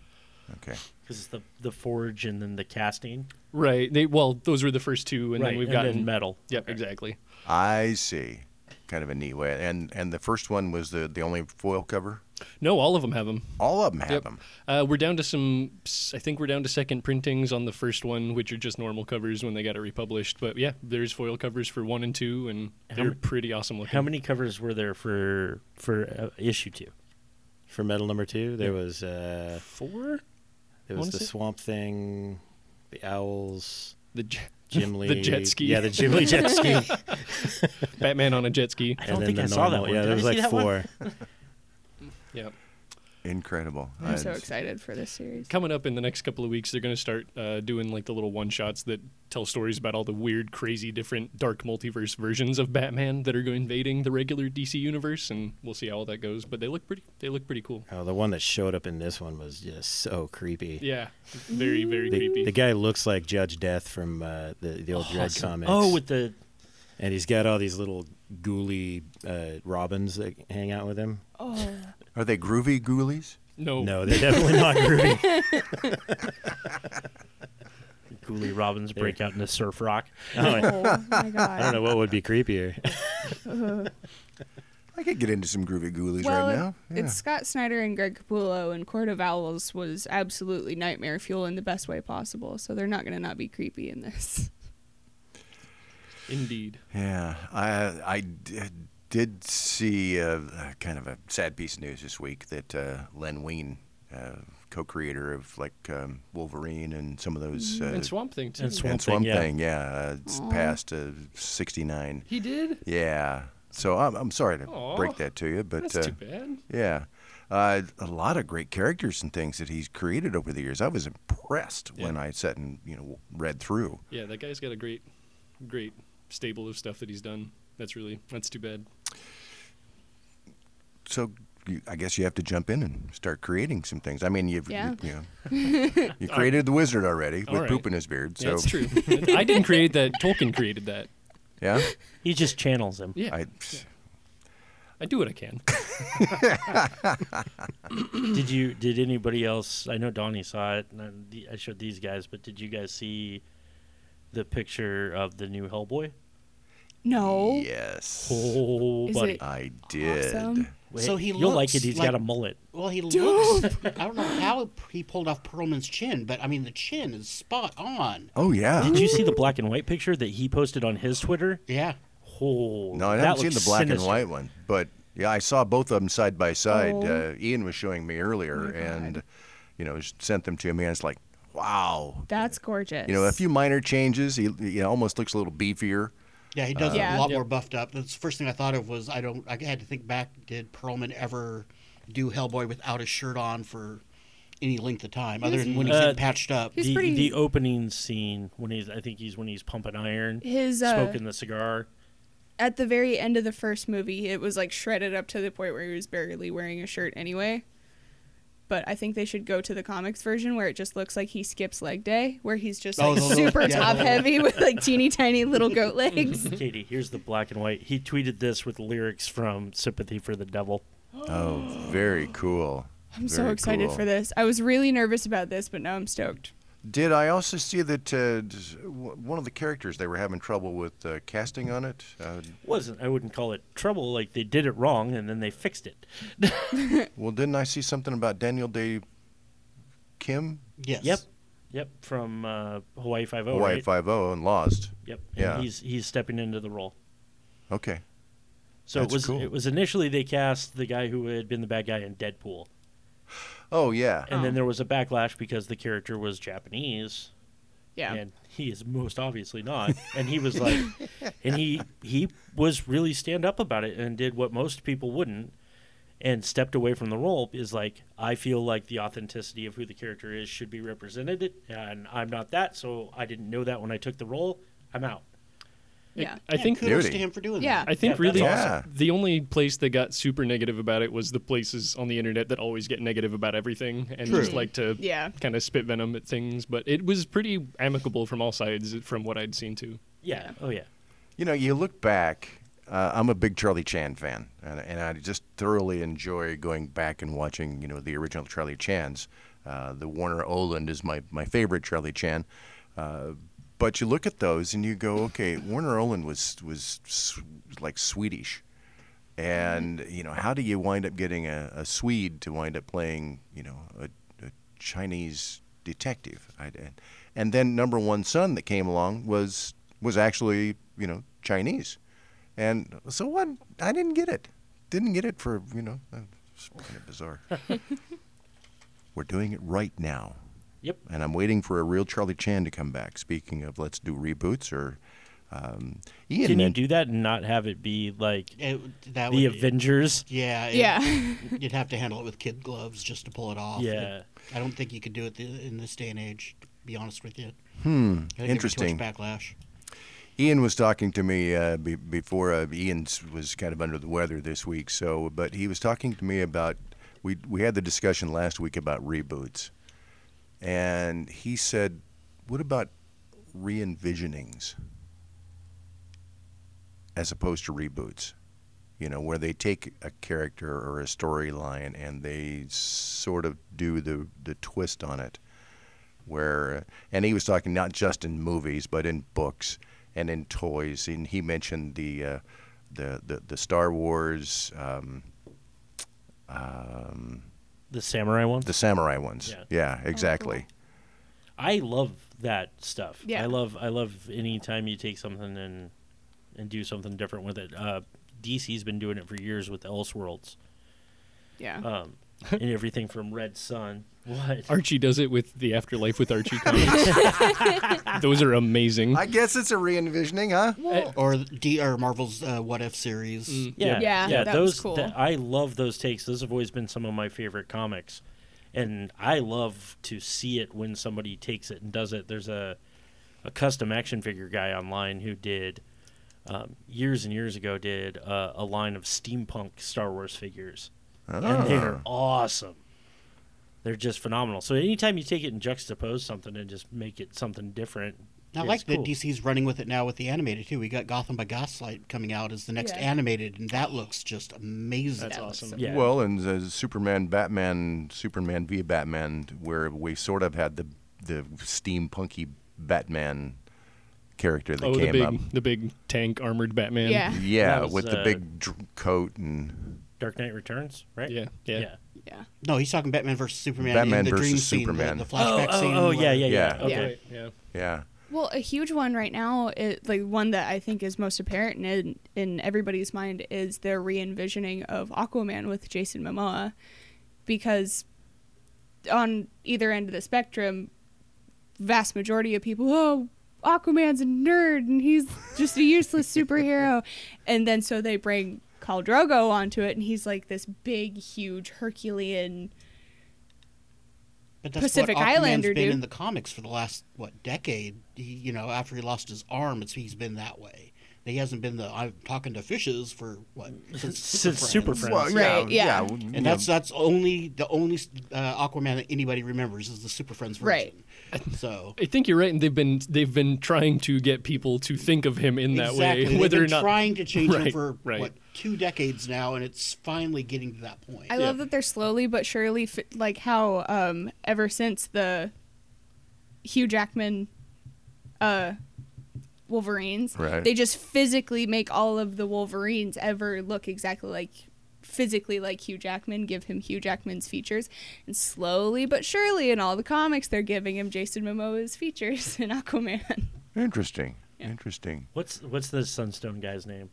S1: okay.
S2: Because it's the, the forge and then the casting.
S3: Right. They well, those were the first two, and
S2: right.
S3: then we've
S2: and
S3: gotten
S2: then metal.
S3: Yep, exactly.
S1: I see. Kind of a neat way. And and the first one was the the only foil cover.
S3: No, all of them have them.
S1: All of them have
S3: Yep.
S1: them.
S3: Uh, we're down to some. I think we're down to second printings on the first one, which are just normal covers when they got it republished. But yeah, there's foil covers for one and two, and they're
S2: many-
S3: pretty awesome looking.
S2: How many covers were there for for uh, issue two?
S5: for Metal Number Two, there was uh,
S3: Four.
S5: there was
S3: Wanna
S5: the
S3: see?
S5: Swamp Thing, the owls,
S3: The j-
S5: Jim Lee,
S3: the jet ski.
S5: Yeah, the Jim Lee jet ski.
S3: Batman on a jet ski.
S2: I don't think I saw that one.
S5: Yeah,
S2: Did
S5: there
S2: I
S5: was
S2: see
S5: like
S2: that one?
S5: four.
S3: Yep.
S1: Incredible. Uh, I-
S6: I'm so excited for this series.
S3: coming up in the next couple of weeks they're going to start uh, doing like the little one shots that tell stories about all the weird crazy different dark multiverse versions of batman that are go- invading the regular dc universe and we'll see how all that goes but they look pretty they look pretty cool
S5: Oh, the one that showed up in this one was just so creepy.
S3: yeah very very
S5: The,
S3: creepy
S5: the guy looks like Judge Death from uh, the the old Dread comics.
S2: Oh, with the
S5: and he's got all these little ghouly uh, robins that hang out with him.
S6: Oh,
S1: Are they groovy ghoulies?
S3: no
S5: No, they're definitely not groovy.
S2: Ghoulie Robbins break out into surf rock.
S5: I don't know-
S6: oh my
S5: I don't
S6: god.
S5: know what would be creepier.
S1: I could get into some groovy ghoulies
S6: well,
S1: right
S6: it-
S1: now. Yeah.
S6: it's Scott Snyder and Greg Capullo, and Court of Owls was absolutely nightmare fuel in the best way possible. So they're not going to not be creepy in this.
S3: Indeed.
S1: Yeah, I I d- did see uh, kind of a sad piece of news this week that uh, Len Wein, uh, co-creator of like um, Wolverine and some of those, uh,
S3: Mm, and Swamp Thing too.
S2: and Swamp
S1: and
S2: Thing, yeah.
S1: Thing, yeah, uh, it's passed uh, 69.
S3: he did.
S1: Yeah, so I'm, I'm sorry to
S3: Aw,
S1: break that to you, but
S3: That's
S1: uh,
S3: too bad.
S1: yeah. Uh, a lot of great characters and things that he's created over the years. I was impressed when
S3: Yeah.
S1: I sat and you know read through.
S3: Yeah, that guy's got a great, great stable of stuff that he's done. That's really that's too bad.
S1: so you, I guess you have to jump in and start creating some things. I mean, you've
S6: Yeah.
S1: you, know, you created the wizard already with
S3: All right.
S1: poop in his beard. So
S3: Yeah, that's true. I didn't create that. Tolkien created that.
S1: yeah,
S2: He just channels him.
S3: Yeah,
S1: I,
S3: I, do what I can.
S2: Did you? Did anybody else? I know Donnie saw it, and then the- I showed these guys. But did you guys see the picture of the new Hellboy?
S6: No.
S1: yes,
S2: Oh,
S6: Is
S2: buddy,
S6: it-
S1: I did.
S6: Awesome.
S2: Wait,
S4: So he
S2: you'll like
S4: looks
S2: it. He's
S4: like-
S2: got a mullet.
S4: Well, he looks. I don't know how he pulled off Perlman's chin, but I mean the chin is spot on.
S1: Oh yeah,
S2: Did you see the black and white picture that he posted on his Twitter?
S4: Yeah.
S2: Oh,
S1: no, I
S2: that
S1: haven't seen the
S2: looks
S1: black and
S2: sinister.
S1: white one, but yeah, I saw both of them side by side.
S6: Oh.
S1: Uh, Ian was showing me earlier, and you know, just sent them to me, and it's like, wow.
S6: That's gorgeous.
S1: You know, a few minor changes. He, he almost looks a little beefier.
S4: Yeah, he does look
S6: Uh, Yeah.
S4: a lot
S3: Yep.
S4: more buffed up. That's the first thing I thought of was I don't. I had to think back. Did Perlman ever do Hellboy without a shirt on for any length of time, other than when he's
S2: Uh,
S4: getting patched up?
S6: He's
S2: the,
S6: pretty-
S2: the opening scene when he's I think he's when he's pumping iron,
S6: His uh,
S2: smoking the cigar.
S6: at the very end of the first movie, it was like shredded up to the point where he was barely wearing a shirt anyway. But I think they should go to the comics version where it just looks like he skips leg day, where he's just
S4: Oh,
S6: like
S4: the little-
S6: super
S4: yeah, the
S6: top
S4: little-
S6: heavy with like teeny tiny little goat
S1: Mm-hmm.
S6: legs.
S2: Katie, here's the black and white. He tweeted this with lyrics from Sympathy for the Devil.
S1: Oh, very cool.
S6: I'm so excited
S1: for
S6: for
S1: this.
S6: this. I was really nervous about this, but now I'm stoked.
S1: Did I also see that uh, d- w- one of the characters they were having trouble with uh, casting on it? Uh,
S2: Wasn't I wouldn't call it trouble. Like they did it wrong and then they fixed it.
S1: well, didn't I see something about Daniel Day Kim,
S4: Yes.
S2: Yep, yep. From uh, Hawaii Five O.
S1: Hawaii
S2: right?
S1: Five O, and Lost?
S2: Yep.
S1: Yeah.
S2: And he's he's stepping into the role.
S1: Okay,
S2: So
S1: That's
S2: it was
S1: cool.
S2: it was initially they cast the guy who had been the bad guy in Deadpool,
S1: oh yeah,
S2: and
S6: Oh.
S2: then there was a backlash because the character was Japanese,
S6: Yeah.
S2: and he is most obviously not. and he was like, and he he was really stand up about it and did what most people wouldn't, and stepped away from the role. Is like I feel like the authenticity of who the character is should be represented, and I'm not that, so I didn't know that when I took the role. I'm out.
S6: yeah.
S3: I think
S4: kudos
S1: Beauty.
S4: to him for doing
S6: Yeah.
S3: I think
S2: Yeah,
S3: really
S1: that's awesome.
S3: the only place that got super negative about it was the places on the internet that always get negative about everything and
S4: True.
S3: just like to
S6: Yeah.
S3: kind of spit venom at things. But it was pretty amicable from all sides, from what I'd seen too.
S2: Yeah. Oh yeah.
S1: You know, you look back. Uh, I'm a big Charlie Chan fan, and, and I just thoroughly enjoy going back and watching, you know, the original Charlie Chans. Uh, the Warner Oland is my, my favorite Charlie Chan. Uh, but you look at those and you go, okay, Warner Oland was was s- like Swedish, and you know, how do you wind up getting a, a Swede to wind up playing, you know, a, a Chinese detective. I, and- and then number one son that came along was was actually you know Chinese, and so what? I didn't get it. Didn't get it for you know. uh, It's kind of bizarre. We're doing it right now,
S2: Yep.
S1: and I'm waiting for a real Charlie Chan to come back. Speaking of, let's do reboots or. Um, Ian
S2: Can you
S1: men-
S2: do that and not have it be like
S4: it. It- that
S2: the
S4: would,
S2: Avengers?
S4: Yeah. it-
S6: Yeah.
S4: You'd have to handle it with kid gloves just to pull it off.
S2: Yeah.
S4: I don't think you could do it th- in this day and age. To be honest with you.
S1: Hmm,
S4: I think there'd be too much
S1: interesting.
S4: backlash.
S1: Ian was talking to me uh, be- before uh, Ian was kind of under the weather this week. So, but he was talking to me about we we had the discussion last week about reboots, and he said, "What about re-envisionings as opposed to reboots? You know, where they take a character or a storyline and they sort of do the the twist on it." Where and he was talking not just in movies but in books and in toys. And he mentioned the uh, the the, the Star Wars, um, um,
S2: The samurai one.
S1: the samurai ones.
S2: Yeah.
S1: Yeah, exactly.
S2: I love that stuff.
S6: Yeah.
S2: I love I love any time you take something and and do something different with it. Uh, DC's been doing it for years with Elseworlds.
S6: Yeah.
S2: Um, and everything from Red Sun. What?
S3: Archie does it with the Afterlife with Archie comics. Those are amazing.
S1: I guess it's a re envisioning, huh?
S4: or D or Marvel's uh, What If series.
S2: yeah,
S6: Yeah, that
S2: those
S6: was cool.
S2: th- I love those takes. Those have always been some of my favorite comics, and I love to see it when somebody takes it and does it. There's a a custom action figure guy online who did um, years and years ago did uh, a line of steampunk Star Wars figures,
S1: Oh.
S2: and
S1: Uh-huh.
S2: they're awesome. They're just phenomenal. So anytime you take it and juxtapose something and just make it something different,
S4: I
S2: it's
S4: like that
S2: cool.
S4: DC's running with it now with the animated too. We got Gotham by Gaslight coming out as the next
S6: Yeah.
S4: animated, and that looks just amazing.
S3: That's
S6: That was
S3: awesome.
S6: some-
S2: Yeah.
S1: Well, and the Superman, Batman, Superman v Batman, where we sort of had the the steampunky Batman character that
S3: Oh, the
S1: came
S3: big,
S1: up.
S3: the big tank armored Batman.
S6: Yeah.
S1: Yeah,
S2: That was,
S1: with the
S2: uh,
S1: big dr- coat and
S2: Dark Knight Returns, right?
S3: Yeah, yeah.
S2: yeah.
S6: yeah.
S4: No, he's talking Batman versus Superman.
S1: Batman
S4: in the dream
S1: versus
S4: scene, the-
S1: Superman.
S4: the,
S2: Oh,
S4: flashback
S2: oh,
S4: scene.
S2: oh, yeah,
S4: where-
S2: yeah, yeah.
S1: Yeah.
S2: Okay.
S3: Right, yeah.
S1: yeah.
S6: Well, a huge one right now, is, like one that I think is most apparent in in everybody's mind, is their re-envisioning of Aquaman with Jason Momoa, because on either end of the spectrum, vast majority of people, oh, Aquaman's a nerd and he's just a useless superhero, and then so they bring Khal Drogo onto it, and he's like this big, huge Herculean.
S4: But that's
S6: Pacific
S4: what Aquaman's
S6: Islander,
S4: been
S6: dude.
S4: in the comics for the last what decade. He, you know, after he lost his arm, it's he's been that way. He hasn't been the I'm talking to fishes for what since
S2: Since Super
S4: Super
S2: Friends.
S4: Friends.
S1: Well, yeah,
S6: Right, yeah.
S1: w- you
S4: And
S1: know,
S4: that's that's only the only uh, Aquaman that anybody remembers is the Super Friends version. Right. So
S3: I think you're right, and they've been they've been trying to get people to think of him in that
S4: exactly.
S3: way,
S4: They've
S3: whether
S4: been
S3: or not.
S4: trying to change
S3: Right,
S4: him for
S3: right.
S4: what two decades now, and it's finally getting to that point.
S6: I love that they're slowly but surely, fi- like how um, ever since the Hugh Jackman uh, Wolverines,
S1: Right.
S6: they just physically make all of the Wolverines ever look exactly like physically like Hugh Jackman, give him Hugh Jackman's features, and slowly but surely in all the comics they're giving him Jason Momoa's features in Aquaman.
S1: interesting. Interesting.
S2: What's what's the Sunstone guy's name?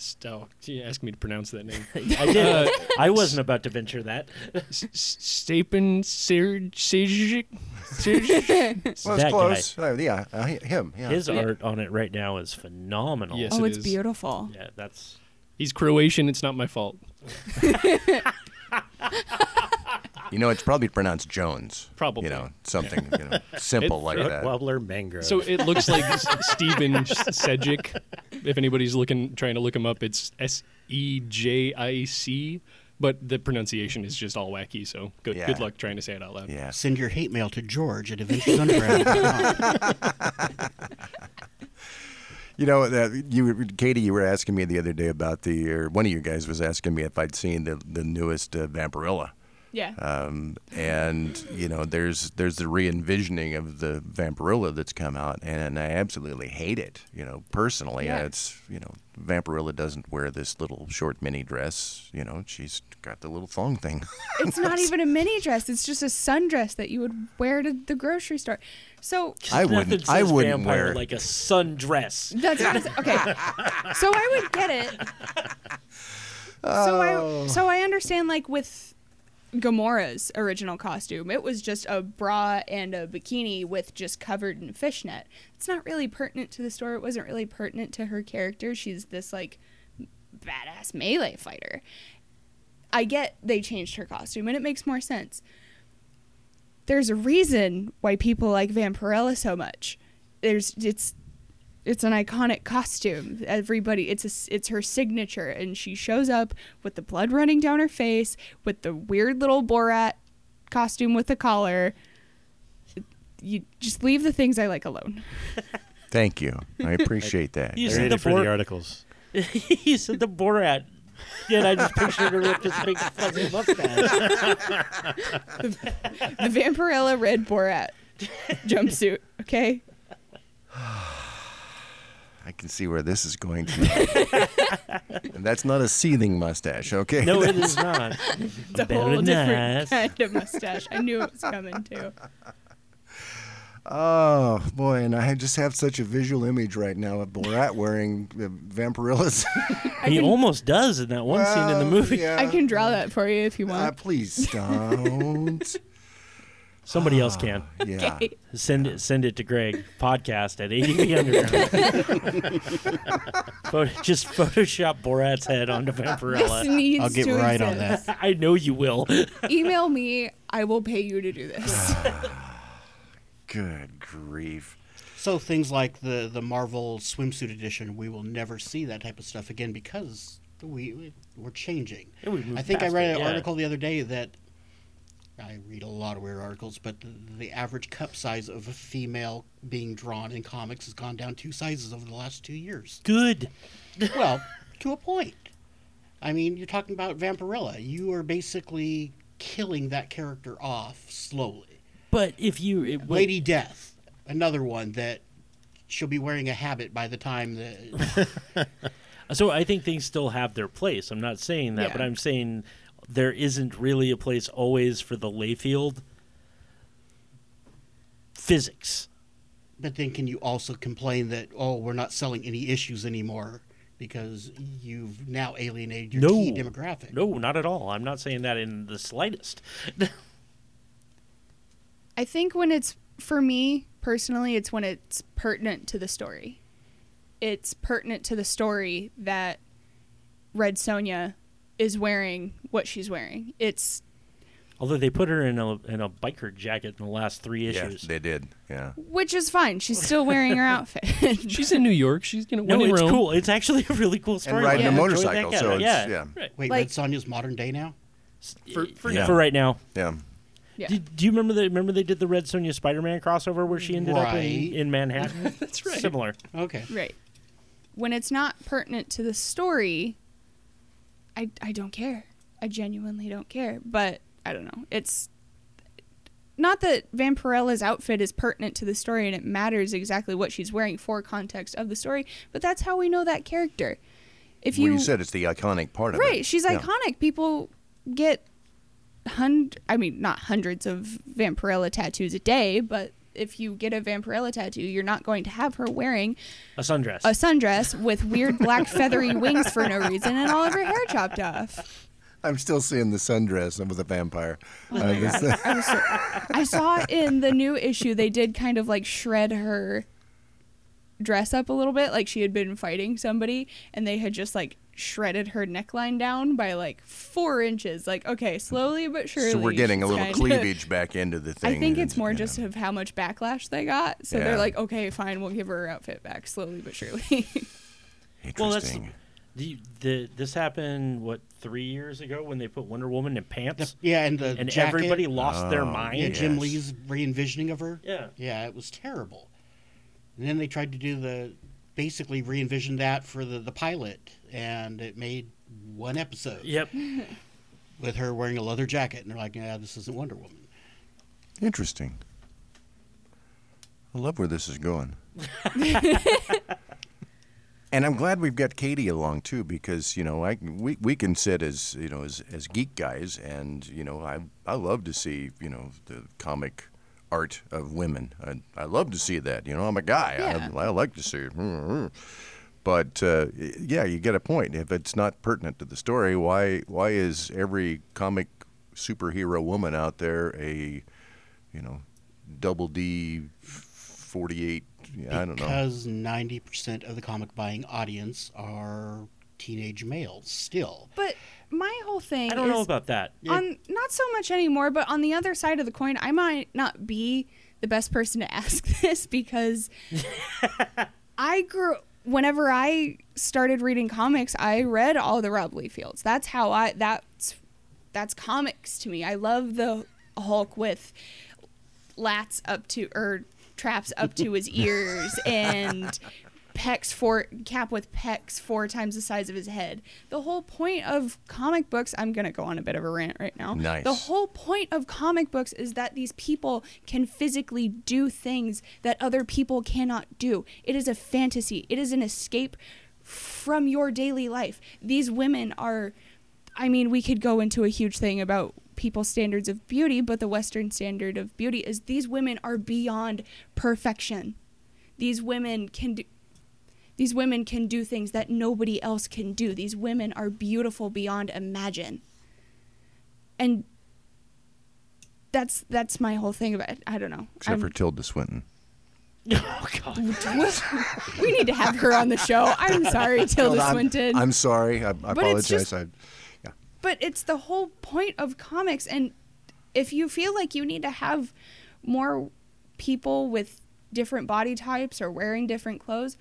S3: Stout. You asked me to pronounce that name.
S2: I
S1: Uh,
S2: did. I wasn't about to venture that.
S3: S- S- Stapen Serge Sergic.
S1: Well, it's
S2: That
S1: close. Uh, yeah, uh, hi- him. Yeah.
S2: His art on it right now is phenomenal.
S3: Yes.
S6: oh,
S3: it
S6: it's
S3: is.
S6: beautiful.
S2: Yeah, that's
S3: He's Croatian. It's not my fault.
S1: you know, it's probably pronounced Jones.
S3: Probably.
S1: You know, something you know, simple like that.
S5: Wobbler mangrove.
S3: So it looks like S- Steven Sejic. If anybody's looking, trying to look him up, it's S E J I C, but the pronunciation is just all wacky. So good,
S1: Yeah.
S3: good luck trying to say it out loud.
S1: yeah.
S4: Send your hate mail to George at Adventures Underground.
S1: You know, uh, you, Katie, you were asking me the other day about the, or one of you guys was asking me if I'd seen the, the newest uh, Vampirilla.
S6: Yeah.
S1: Um, and you know, there's there's the re-envisioning of the Vampirilla that's come out, and I absolutely hate it. You know, personally,
S6: Yeah.
S1: it's you know, Vampirilla doesn't wear this little short mini dress. You know, she's got the little thong thing.
S6: It's not even a mini dress. It's just a sundress that you would wear to the grocery store. So
S1: I
S2: Nothing
S1: wouldn't.
S2: says
S1: I wouldn't
S2: vampire
S1: wear.
S2: like a sundress.
S6: That's what it's, okay. So I would get it. So I so I understand like with Gamora's original costume, it was just a bra and a bikini with just covered in fishnet. It's not really pertinent to the story. It wasn't really pertinent to her character. She's this like badass melee fighter. I get they changed her costume and it makes more sense. There's a reason why people like Vampirella so much. There's it's it's an iconic costume. Everybody, it's a s it's her signature, and she shows up with the blood running down her face, with the weird little Borat costume with the collar. You just leave the things I like alone.
S1: Thank you. I appreciate that.
S2: You
S5: They're
S2: said
S5: in
S2: the
S5: it for
S2: Bor-
S5: the articles.
S2: he said the Borat. Yeah, and I just pictured her with this big fuzzy mustache.
S6: The Vampirella red Borat jumpsuit. Okay,
S1: I can see where this is going to. and that's not a seething mustache, okay?
S2: No, it is not.
S6: It's a
S2: Better
S6: whole
S2: than that.
S6: different kind of mustache. I knew it was coming too.
S1: Oh boy, and I just have such a visual image right now of Borat wearing uh, vampirillas.
S6: I
S2: He
S6: can,
S2: almost does in that one scene in the movie.
S6: I can draw that for you if you
S1: Uh,
S6: want.
S1: please don't.
S2: Somebody
S1: Ah.
S2: else can.
S1: yeah.
S6: Okay.
S2: Send it send it to Greg podcast at ADP Underground. Photo- Just Photoshop Borat's head onto
S6: This
S2: Vampirella.
S6: needs
S4: I'll get
S6: to
S4: right
S6: exist.
S4: on that.
S2: I know you will.
S6: Email me. I will pay you to do this.
S1: Good grief.
S4: So things like the the Marvel swimsuit edition, we will never see that type of stuff again because we we- we're changing.
S2: Yeah, we moved
S4: I think I
S2: past
S4: read
S2: it,
S4: an
S2: yeah.
S4: article the other day that I read a lot of weird articles, but the, the average cup size of a female being drawn in comics has gone down two sizes over the last two years.
S2: Good.
S4: well, to a point. I mean, you're talking about Vampirella. You are basically killing that character off slowly.
S2: But if you it, would-
S4: Lady Death, another one that she'll be wearing a habit by the time the
S2: So I think things still have their place. I'm not saying that,
S6: Yeah.
S2: but I'm saying there isn't really a place always for the Layfield physics.
S4: but then can you also complain that oh we're not selling any issues anymore because you've now alienated your
S2: No.
S4: key demographic.
S2: No, not at all. I'm not saying that in the slightest.
S6: I think when it's for me personally, it's when it's pertinent to the story. It's pertinent to the story that Red Sonja is wearing what she's wearing. It's
S2: Although they put her in a in a biker jacket in the last three issues.
S1: Yeah, they did. Yeah.
S6: which is fine. She's still wearing her outfit.
S3: She's in New York. She's you know
S2: no,
S3: when in
S2: it's
S3: Rome.
S2: cool. It's actually a really cool story.
S1: And riding
S6: Yeah.
S1: a
S2: Enjoy the
S1: motorcycle,
S2: heck out
S1: so
S2: of it.
S1: it's
S2: yeah.
S1: yeah.
S3: Right.
S4: Wait,
S6: Like-
S4: Red Sonja's modern day now?
S2: For, for,
S1: Yeah.
S2: for right now.
S1: Yeah.
S6: Yeah.
S2: Did, do you remember they remember they did the Red Sonja Spider-Man crossover where she ended up in,
S4: Right.
S2: in Manhattan? That's right. Similar.
S4: Okay.
S6: Right. When it's not pertinent to the story, I, I don't care. I genuinely don't care. But I don't know. It's not that Vampirella's outfit is pertinent to the story and it matters exactly what she's wearing for context of the story, but that's how we know that character. If
S1: well,
S6: you,
S1: you said it's the iconic part of it.
S6: right, she's
S1: Yeah.
S6: iconic. People get hundred I mean not hundreds of Vampirella tattoos a day, but if you get a Vampirella tattoo, you're not going to have her wearing
S2: A sundress.
S6: a sundress with weird black feathery wings for no reason and all of her hair chopped off.
S1: I'm still seeing the sundress with the vampire. Uh, this-
S6: I, was so- I saw in the new issue they did kind of like shred her dress up a little bit, like she had been fighting somebody, and they had just like shredded her neckline down by like four inches. Like, okay, slowly but surely.
S1: so we're getting a
S6: she's
S1: little
S6: kind of-
S1: cleavage back into the thing.
S6: I think
S1: and
S6: it's more
S1: yeah.
S6: just of how much backlash they got. So
S1: Yeah.
S6: they're like, okay, fine, we'll give her her outfit back slowly but surely.
S2: Well, that's
S1: Interesting.
S2: the, the this happened what three years ago when they put Wonder Woman in pants
S4: Yeah, and the
S2: and
S4: jacket,
S2: everybody lost their
S1: Oh,
S4: yeah,
S2: mind.
S4: Jim
S1: Yes.
S4: Lee's re envisioning of her.
S2: Yeah.
S4: Yeah, it was terrible. And then they tried to do the basically re envision that for the, the pilot and it made one episode
S2: Yep.
S4: with her wearing a leather jacket and they're like, Yeah, this isn't Wonder Woman.
S1: Interesting. I love where this is going. and I'm glad we've got Katie along too, because you know, I we, we can sit as you know as, as geek guys, and you know, I I love to see you know the comic art of women. I, I love to see that. You know, I'm a guy.
S6: Yeah.
S1: I, I like to see. it. But uh, yeah, you get a point. If it's not pertinent to the story, why why is every comic superhero woman out there a you know double D forty eight? I don't know.
S4: Because ninety percent of the comic buying audience are teenage males still.
S6: but my whole thing
S2: I don't know
S6: is-
S2: about that.
S6: on not so much anymore, but on the other side of the coin, I might not be the best person to ask this because I grew whenever I started reading comics, I read all the Rob Liefelds. That's how I that's that's comics to me. I love the Hulk with er, lats up to or traps up to his ears and Peck's four Cap with Peck's four times the size of his head. The whole point of comic books, I'm gonna go on a bit of a rant right now.
S1: Nice.
S6: The whole point of comic books is that these people can physically do things that other people cannot do. It is a fantasy. It is an escape from your daily life. These women are I mean, we could go into a huge thing about people's standards of beauty, but the Western standard of beauty is these women are beyond perfection. These women can do. These women can do things that nobody else can do. These women are beautiful beyond imagine. And that's that's my whole thing about it. I don't know.
S1: Except
S6: I'm-
S1: for Tilda Swinton.
S2: Oh God!
S6: we need to have her on the show. I'm sorry, Tilda
S1: I'm,
S6: Swinton.
S1: I'm sorry. I, I
S6: But
S1: apologize.
S6: it's just-
S1: I, yeah.
S6: but it's the whole point of comics and if you feel like you need to have more people with different body types or wearing different clothes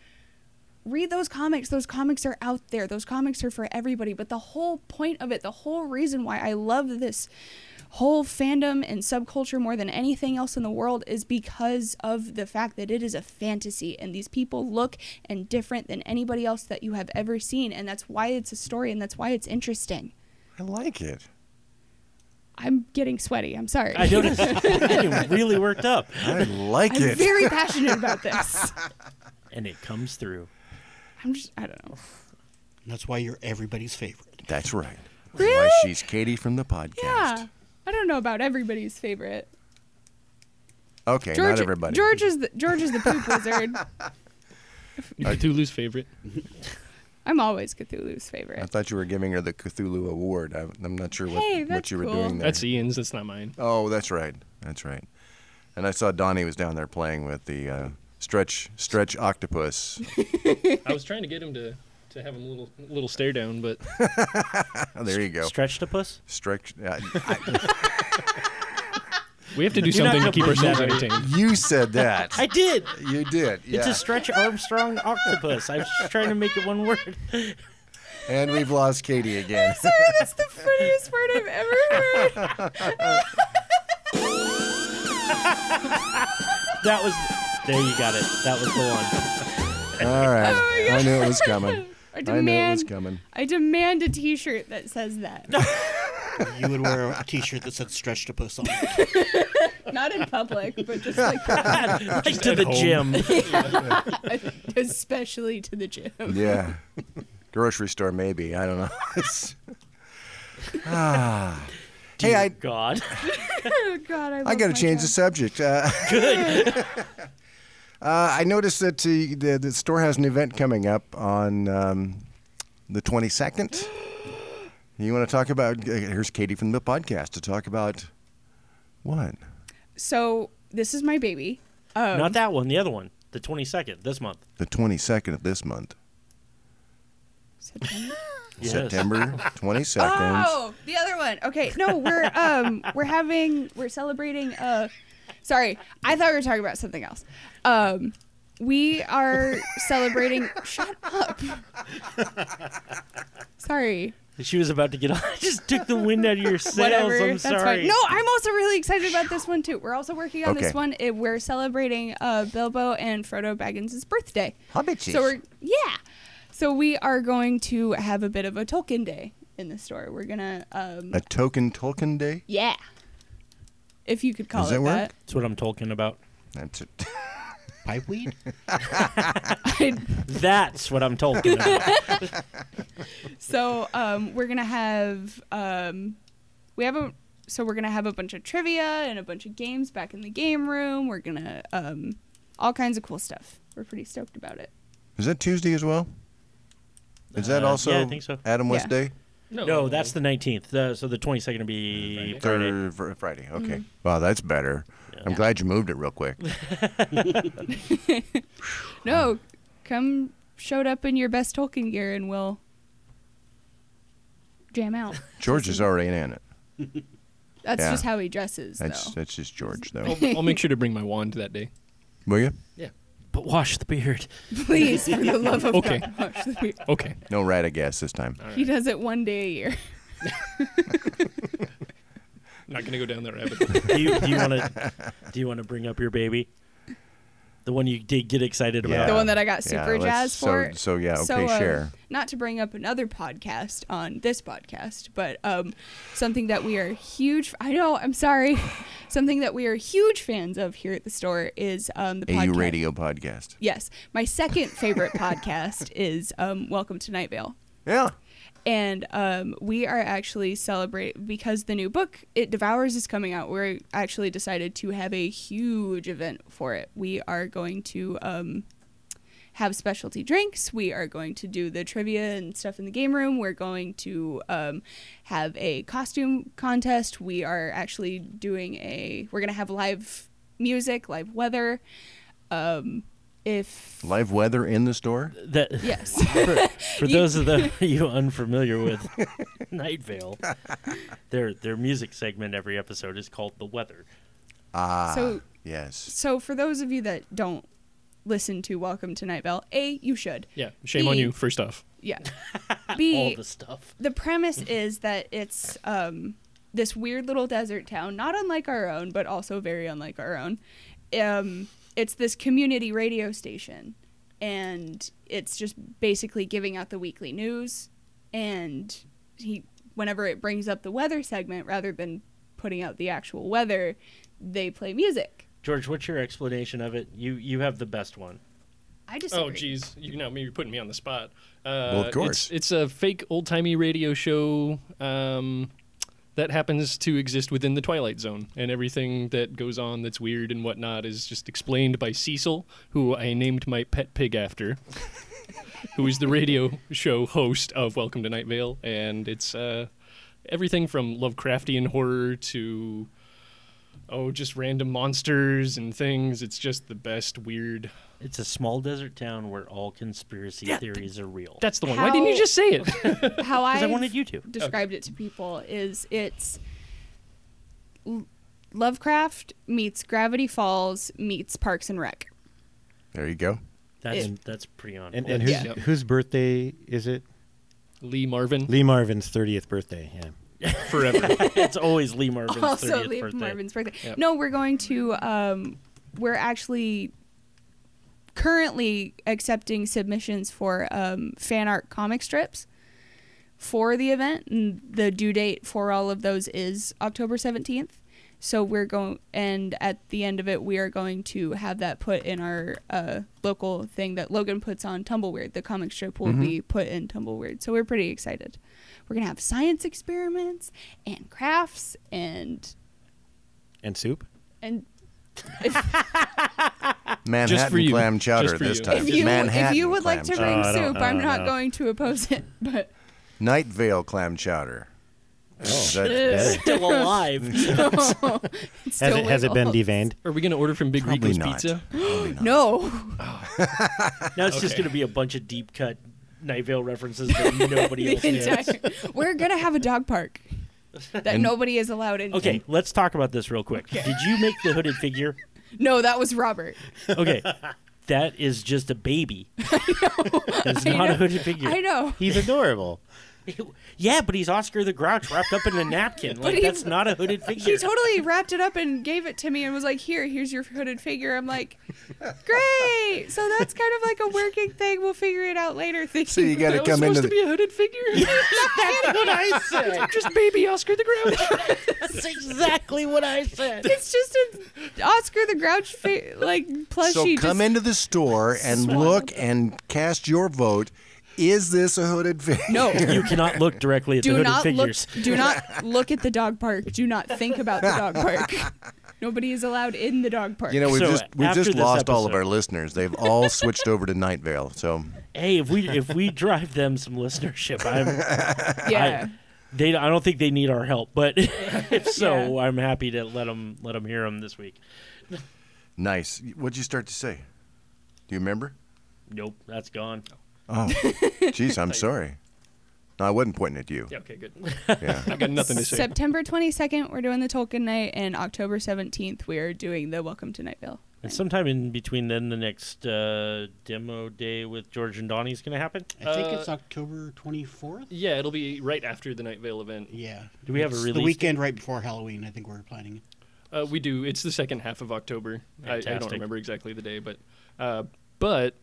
S6: read those comics those comics are out there those comics are for everybody but the whole point of it the whole reason why i love this whole fandom and subculture more than anything else in the world is because of the fact that it is a fantasy and these people look and different than anybody else that you have ever seen and that's why it's a story and that's why it's interesting
S1: I like it.
S6: I'm getting sweaty. I'm sorry.
S2: I noticed you really worked up,
S1: I like
S6: am
S1: it.
S6: very passionate about this.
S2: and it comes through.
S6: I'm just, I don't know.
S4: And that's why you're everybody's favorite.
S1: That's right. Why
S6: Really?
S1: she's Katie from the podcast.
S6: Yeah. I don't know about everybody's favorite.
S1: Okay,
S6: George,
S1: not everybody.
S6: George is the, George is the poop wizard.
S3: You're Cthulhu's favorite.
S6: I'm always Cthulhu's
S1: I
S6: favorite.
S1: thought you were giving her the Cthulhu Award. I, I'm not sure what,
S6: Hey,
S1: what
S6: that's
S1: you were
S6: cool.
S1: doing there.
S3: That's e- Ian's. That's not mine.
S1: Oh, that's right. That's right. And I saw Donnie was down there playing with the uh, stretch stretch octopus.
S3: I was trying to get him to to have him a little little stare down, but
S1: Oh, there you go.
S2: Stretched a puss.
S1: Stretch. Uh,
S3: we have to do
S2: You're not
S3: something to keep
S2: gonna
S3: ourselves
S2: believe that.
S3: entertained.
S1: you said that.
S2: I did.
S1: you did. Yeah.
S2: It's a Stretch Armstrong octopus. I was just trying to make it one word.
S1: and we've lost Katie again.
S6: Sorry, that's the funniest word I've ever heard.
S2: That was. There you got it. That was the one.
S1: All right.
S6: Oh my
S1: I knew it was coming.
S6: I
S1: I knew it was
S6: demand,
S1: coming.
S6: I demand a T-shirt that says that.
S4: You would wear a T-shirt that said "Stretched Opus" on it.
S6: Not in public, but just like
S2: Like to the
S3: home.
S2: gym.
S6: especially to the gym.
S1: Yeah. Grocery store, maybe. I don't know. It's- ah. Hey, I,
S2: God.
S6: Oh God, I.
S1: I
S6: love
S1: got to
S6: my
S1: change the
S6: job.
S1: subject. Uh,
S2: Good.
S1: Uh, I noticed that uh, the, the store has an event coming up on um, the 22nd. you want to talk about? uh, Here's Katie from the podcast to talk about what?
S6: So this is my baby. Um,
S2: Not that one. The other one. The 22nd this month.
S1: The 22nd of this month,
S6: September?
S2: Yes.
S1: September 22nd.
S6: Oh, the other one. Okay, no, we're um we're having we're celebrating uh sorry, I thought we were talking about something else. Um we are celebrating shut up. Sorry.
S2: She was about to get on. I just took the wind out of your sails.
S6: Whatever.
S2: I'm
S6: that's
S2: sorry.
S6: fine. No, I'm also really excited about this one too. We're also working on
S1: Okay.
S6: this one. It, we're celebrating uh, Bilbo and Frodo Baggins' birthday.
S1: Hobbitches.
S6: So we're yeah. So we are going to have a bit of a Tolkien day in the store. We're gonna um
S1: a token Tolkien day.
S6: yeah. If you could call
S1: Does
S6: it
S1: that work?
S2: That's what I'm talking about.
S1: That's it.
S4: Pipeweed.
S6: that.
S2: That's what I'm talking about.
S6: so um, we're gonna have um, we have a so we're gonna have a bunch of trivia and a bunch of games back in the game room. We're gonna um, all kinds of cool stuff. We're pretty stoked about it.
S1: Is that Tuesday as well? Is that
S2: Uh,
S1: also
S2: yeah, I think so.
S1: Adam West
S6: Yeah.
S1: Day?
S2: No, that's the 19th. Uh, so the 22nd will be Friday.
S1: Third Fr- Friday. Okay.
S6: Mm-hmm.
S1: Wow, that's better. I'm glad you moved it real quick.
S6: No, come showed up in your best Tolkien gear and we'll jam out.
S1: George is already in it.
S6: That's
S1: Yeah.
S6: just how he dresses,
S1: That's
S6: though.
S1: that's just George though.
S6: Oh.
S3: I'll, I'll make sure to bring my wand that day.
S1: Will you?
S3: Yeah.
S2: But wash the beard.
S6: Please, for the love of
S3: Okay.
S6: God, wash the beard.
S3: Okay.
S1: No Radagast this time.
S6: He does it one day a year.
S3: I'm not gonna go down that rabbit. hole.
S2: Do you, do you want to? Do you want to bring up your baby? The one you did get excited
S1: Yeah.
S2: about.
S6: the one that I got super
S1: let's-
S6: jazzed
S1: so-
S6: for.
S1: so, yeah,
S6: So,
S1: okay,
S6: um,
S1: share.
S6: Not to bring up another podcast on this podcast, but um, something that we are huge. I know. I'm sorry. something that we are huge fans of here at the store is um, the
S1: AU
S6: podcast.
S1: Radio podcast.
S6: Yes, my second favorite podcast is um, Welcome to Night Vale.
S1: Yeah.
S6: and um, we are actually celebrating because the new book it devours is coming out we're actually decided to have a huge event for it we are going to um, have specialty drinks we are going to do the trivia and stuff in the game room we're going to um, have a costume contest we are actually doing a we're going to have live music live weather um, if
S1: Live weather in the store.
S2: That
S6: yes
S2: for, for those of the you unfamiliar with Night Vale, their their music segment every episode is called the weather.
S1: Ah.
S6: So-
S1: yes.
S6: So for those of you that don't listen to Welcome to Night Vale, A, you should.
S3: Yeah, shame on
S6: B-
S3: you. First off,
S6: Yeah.
S2: All
S6: B,
S2: the stuff.
S6: the premise is that it's um, this weird little desert town, not unlike our own, but also very unlike our own. Um, it's this community radio station, and it's just basically giving out the weekly news. And he, whenever it brings up the weather segment, rather than putting out the actual weather, they play music.
S2: George, what's your explanation of it? You you have the best one.
S6: I just
S3: Oh, geez. You know, me, you're putting me on the spot. Uh,
S1: Well, of course.
S3: It's, it's a fake old timey radio show um, that happens to exist within the Twilight Zone. And everything that goes on that's weird and whatnot is just explained by Cecil, who I named my pet pig after, who is the radio show host of Welcome to Night Vale. And it's uh, everything from Lovecraftian horror to. Oh, just random monsters and things. It's just the best weird
S2: It's a small desert town where all conspiracy theories are real.
S3: That's the one. Why didn't you
S6: How-
S3: just say it?
S6: How I
S2: Because I wanted you to.
S6: described it to people is it's L- Lovecraft meets Gravity Falls meets Parks and Rec.
S1: There you go.
S2: That's
S6: It-
S2: that's pretty on.
S5: And,
S2: point.
S5: and whose,
S3: Yeah.
S5: whose birthday is it?
S3: Lee Marvin
S5: Lee Marvin's 30th birthday. Yeah.
S3: forever.
S2: it's always Lee Marvin's
S6: Also,
S2: 30th
S6: Lee
S2: birthday.
S6: Marvin's birthday.
S3: Yep.
S6: No, we're going to. Um, we're actually currently accepting submissions for um, fan art comic strips for the event, and the due date for all of those is October seventeenth. So we're going, and at the end of it, we are going to have that put in our uh, local thing that Logan puts on Tumbleweird. The comic strip will be put in Tumbleweird. So we're pretty excited. We're gonna have science experiments and crafts and
S5: And soup?
S6: and
S1: Manhattan
S3: you.
S1: clam chowder
S3: Just for
S1: this
S3: you.
S1: time.
S6: if you
S1: Manhattan
S6: if you would
S1: clam
S6: like to
S1: chowder.
S6: bring
S5: Oh, I don't-
S6: soup,
S5: I
S6: I'm
S5: don't
S6: not
S5: know.
S6: going to oppose it. But
S1: Night Vale clam chowder. Is that-
S5: Better.
S2: Still alive.
S6: oh, it's
S5: Has
S6: still
S5: it, has it been
S6: legal.
S5: deveined?
S3: Are we gonna order from Big
S1: Probably
S3: Rico's
S1: not.
S3: Pizza?
S1: Probably not.
S6: No,
S2: now it's just
S3: Okay.
S2: going to be a bunch of deep cut Night Vale references that nobody else
S6: the
S2: gets.
S6: entire, we're gonna have a dog park that
S1: And-
S6: nobody is allowed in.
S2: Okay, let's talk about this real quick. Did you make the hooded figure?
S6: No, that was Robert.
S2: Okay. That is just a baby. That's not a hooded figure.
S6: I know.
S5: He's adorable.
S2: Yeah, but he's Oscar the Grouch wrapped up in a napkin. Like
S6: he's-
S2: that's not a hooded figure.
S6: He totally wrapped it up and gave it to me and was like, "Here, here's your hooded figure." I'm like, "Great!" So that's kind of like a working thing. We'll figure it out later. Thing.
S1: So you got
S3: That
S1: to come
S3: was supposed
S1: into
S3: to
S1: the.
S3: be a hooded figure. just baby Oscar the Grouch.
S2: That's exactly what I said.
S6: it's just an Oscar the Grouch fa- like plushie.
S1: So come
S6: just-
S1: into the store and look and cast your vote. Is this a hooded figure?
S6: No,
S2: You cannot look directly at the
S6: do
S2: hooded
S6: not
S2: figures.
S6: look. Do not look at the dog park. Do not think about the dog park. Nobody is allowed in the dog park.
S1: You know we've
S2: So,
S1: just we've
S2: after
S1: just
S2: this
S1: lost all of
S2: episode-
S1: our listeners. They've all switched over to Night Vale. So
S2: Hey, if we if we drive them some listenership, I'm
S6: yeah.
S2: they I don't think they need our help, but if so, I'm happy to let them let them hear them this week.
S1: nice. What'd you start to say? Do you remember?
S2: Nope, that's gone.
S1: Oh, jeez, I'm sorry. No, I wasn't pointing at you.
S3: yeah, okay, good.
S1: Yeah.
S3: I've got nothing to say.
S6: September 22nd, we're doing the Tolkien night, and October 17th, we are doing the Welcome to Night Vale.
S2: And sometime in between then, the next uh, demo day with George and Donnie is going to happen.
S4: I think
S3: Uh,
S4: it's October 24th.
S3: yeah, it'll be right after the Night Vale event.
S4: Yeah.
S2: Do we have a
S4: It's
S2: release
S4: The
S2: date?
S4: weekend right before Halloween, I think we're planning it.
S3: Uh, we do. It's the second half of October. I, I don't
S2: Fantastic.
S3: remember exactly the day, but Uh, but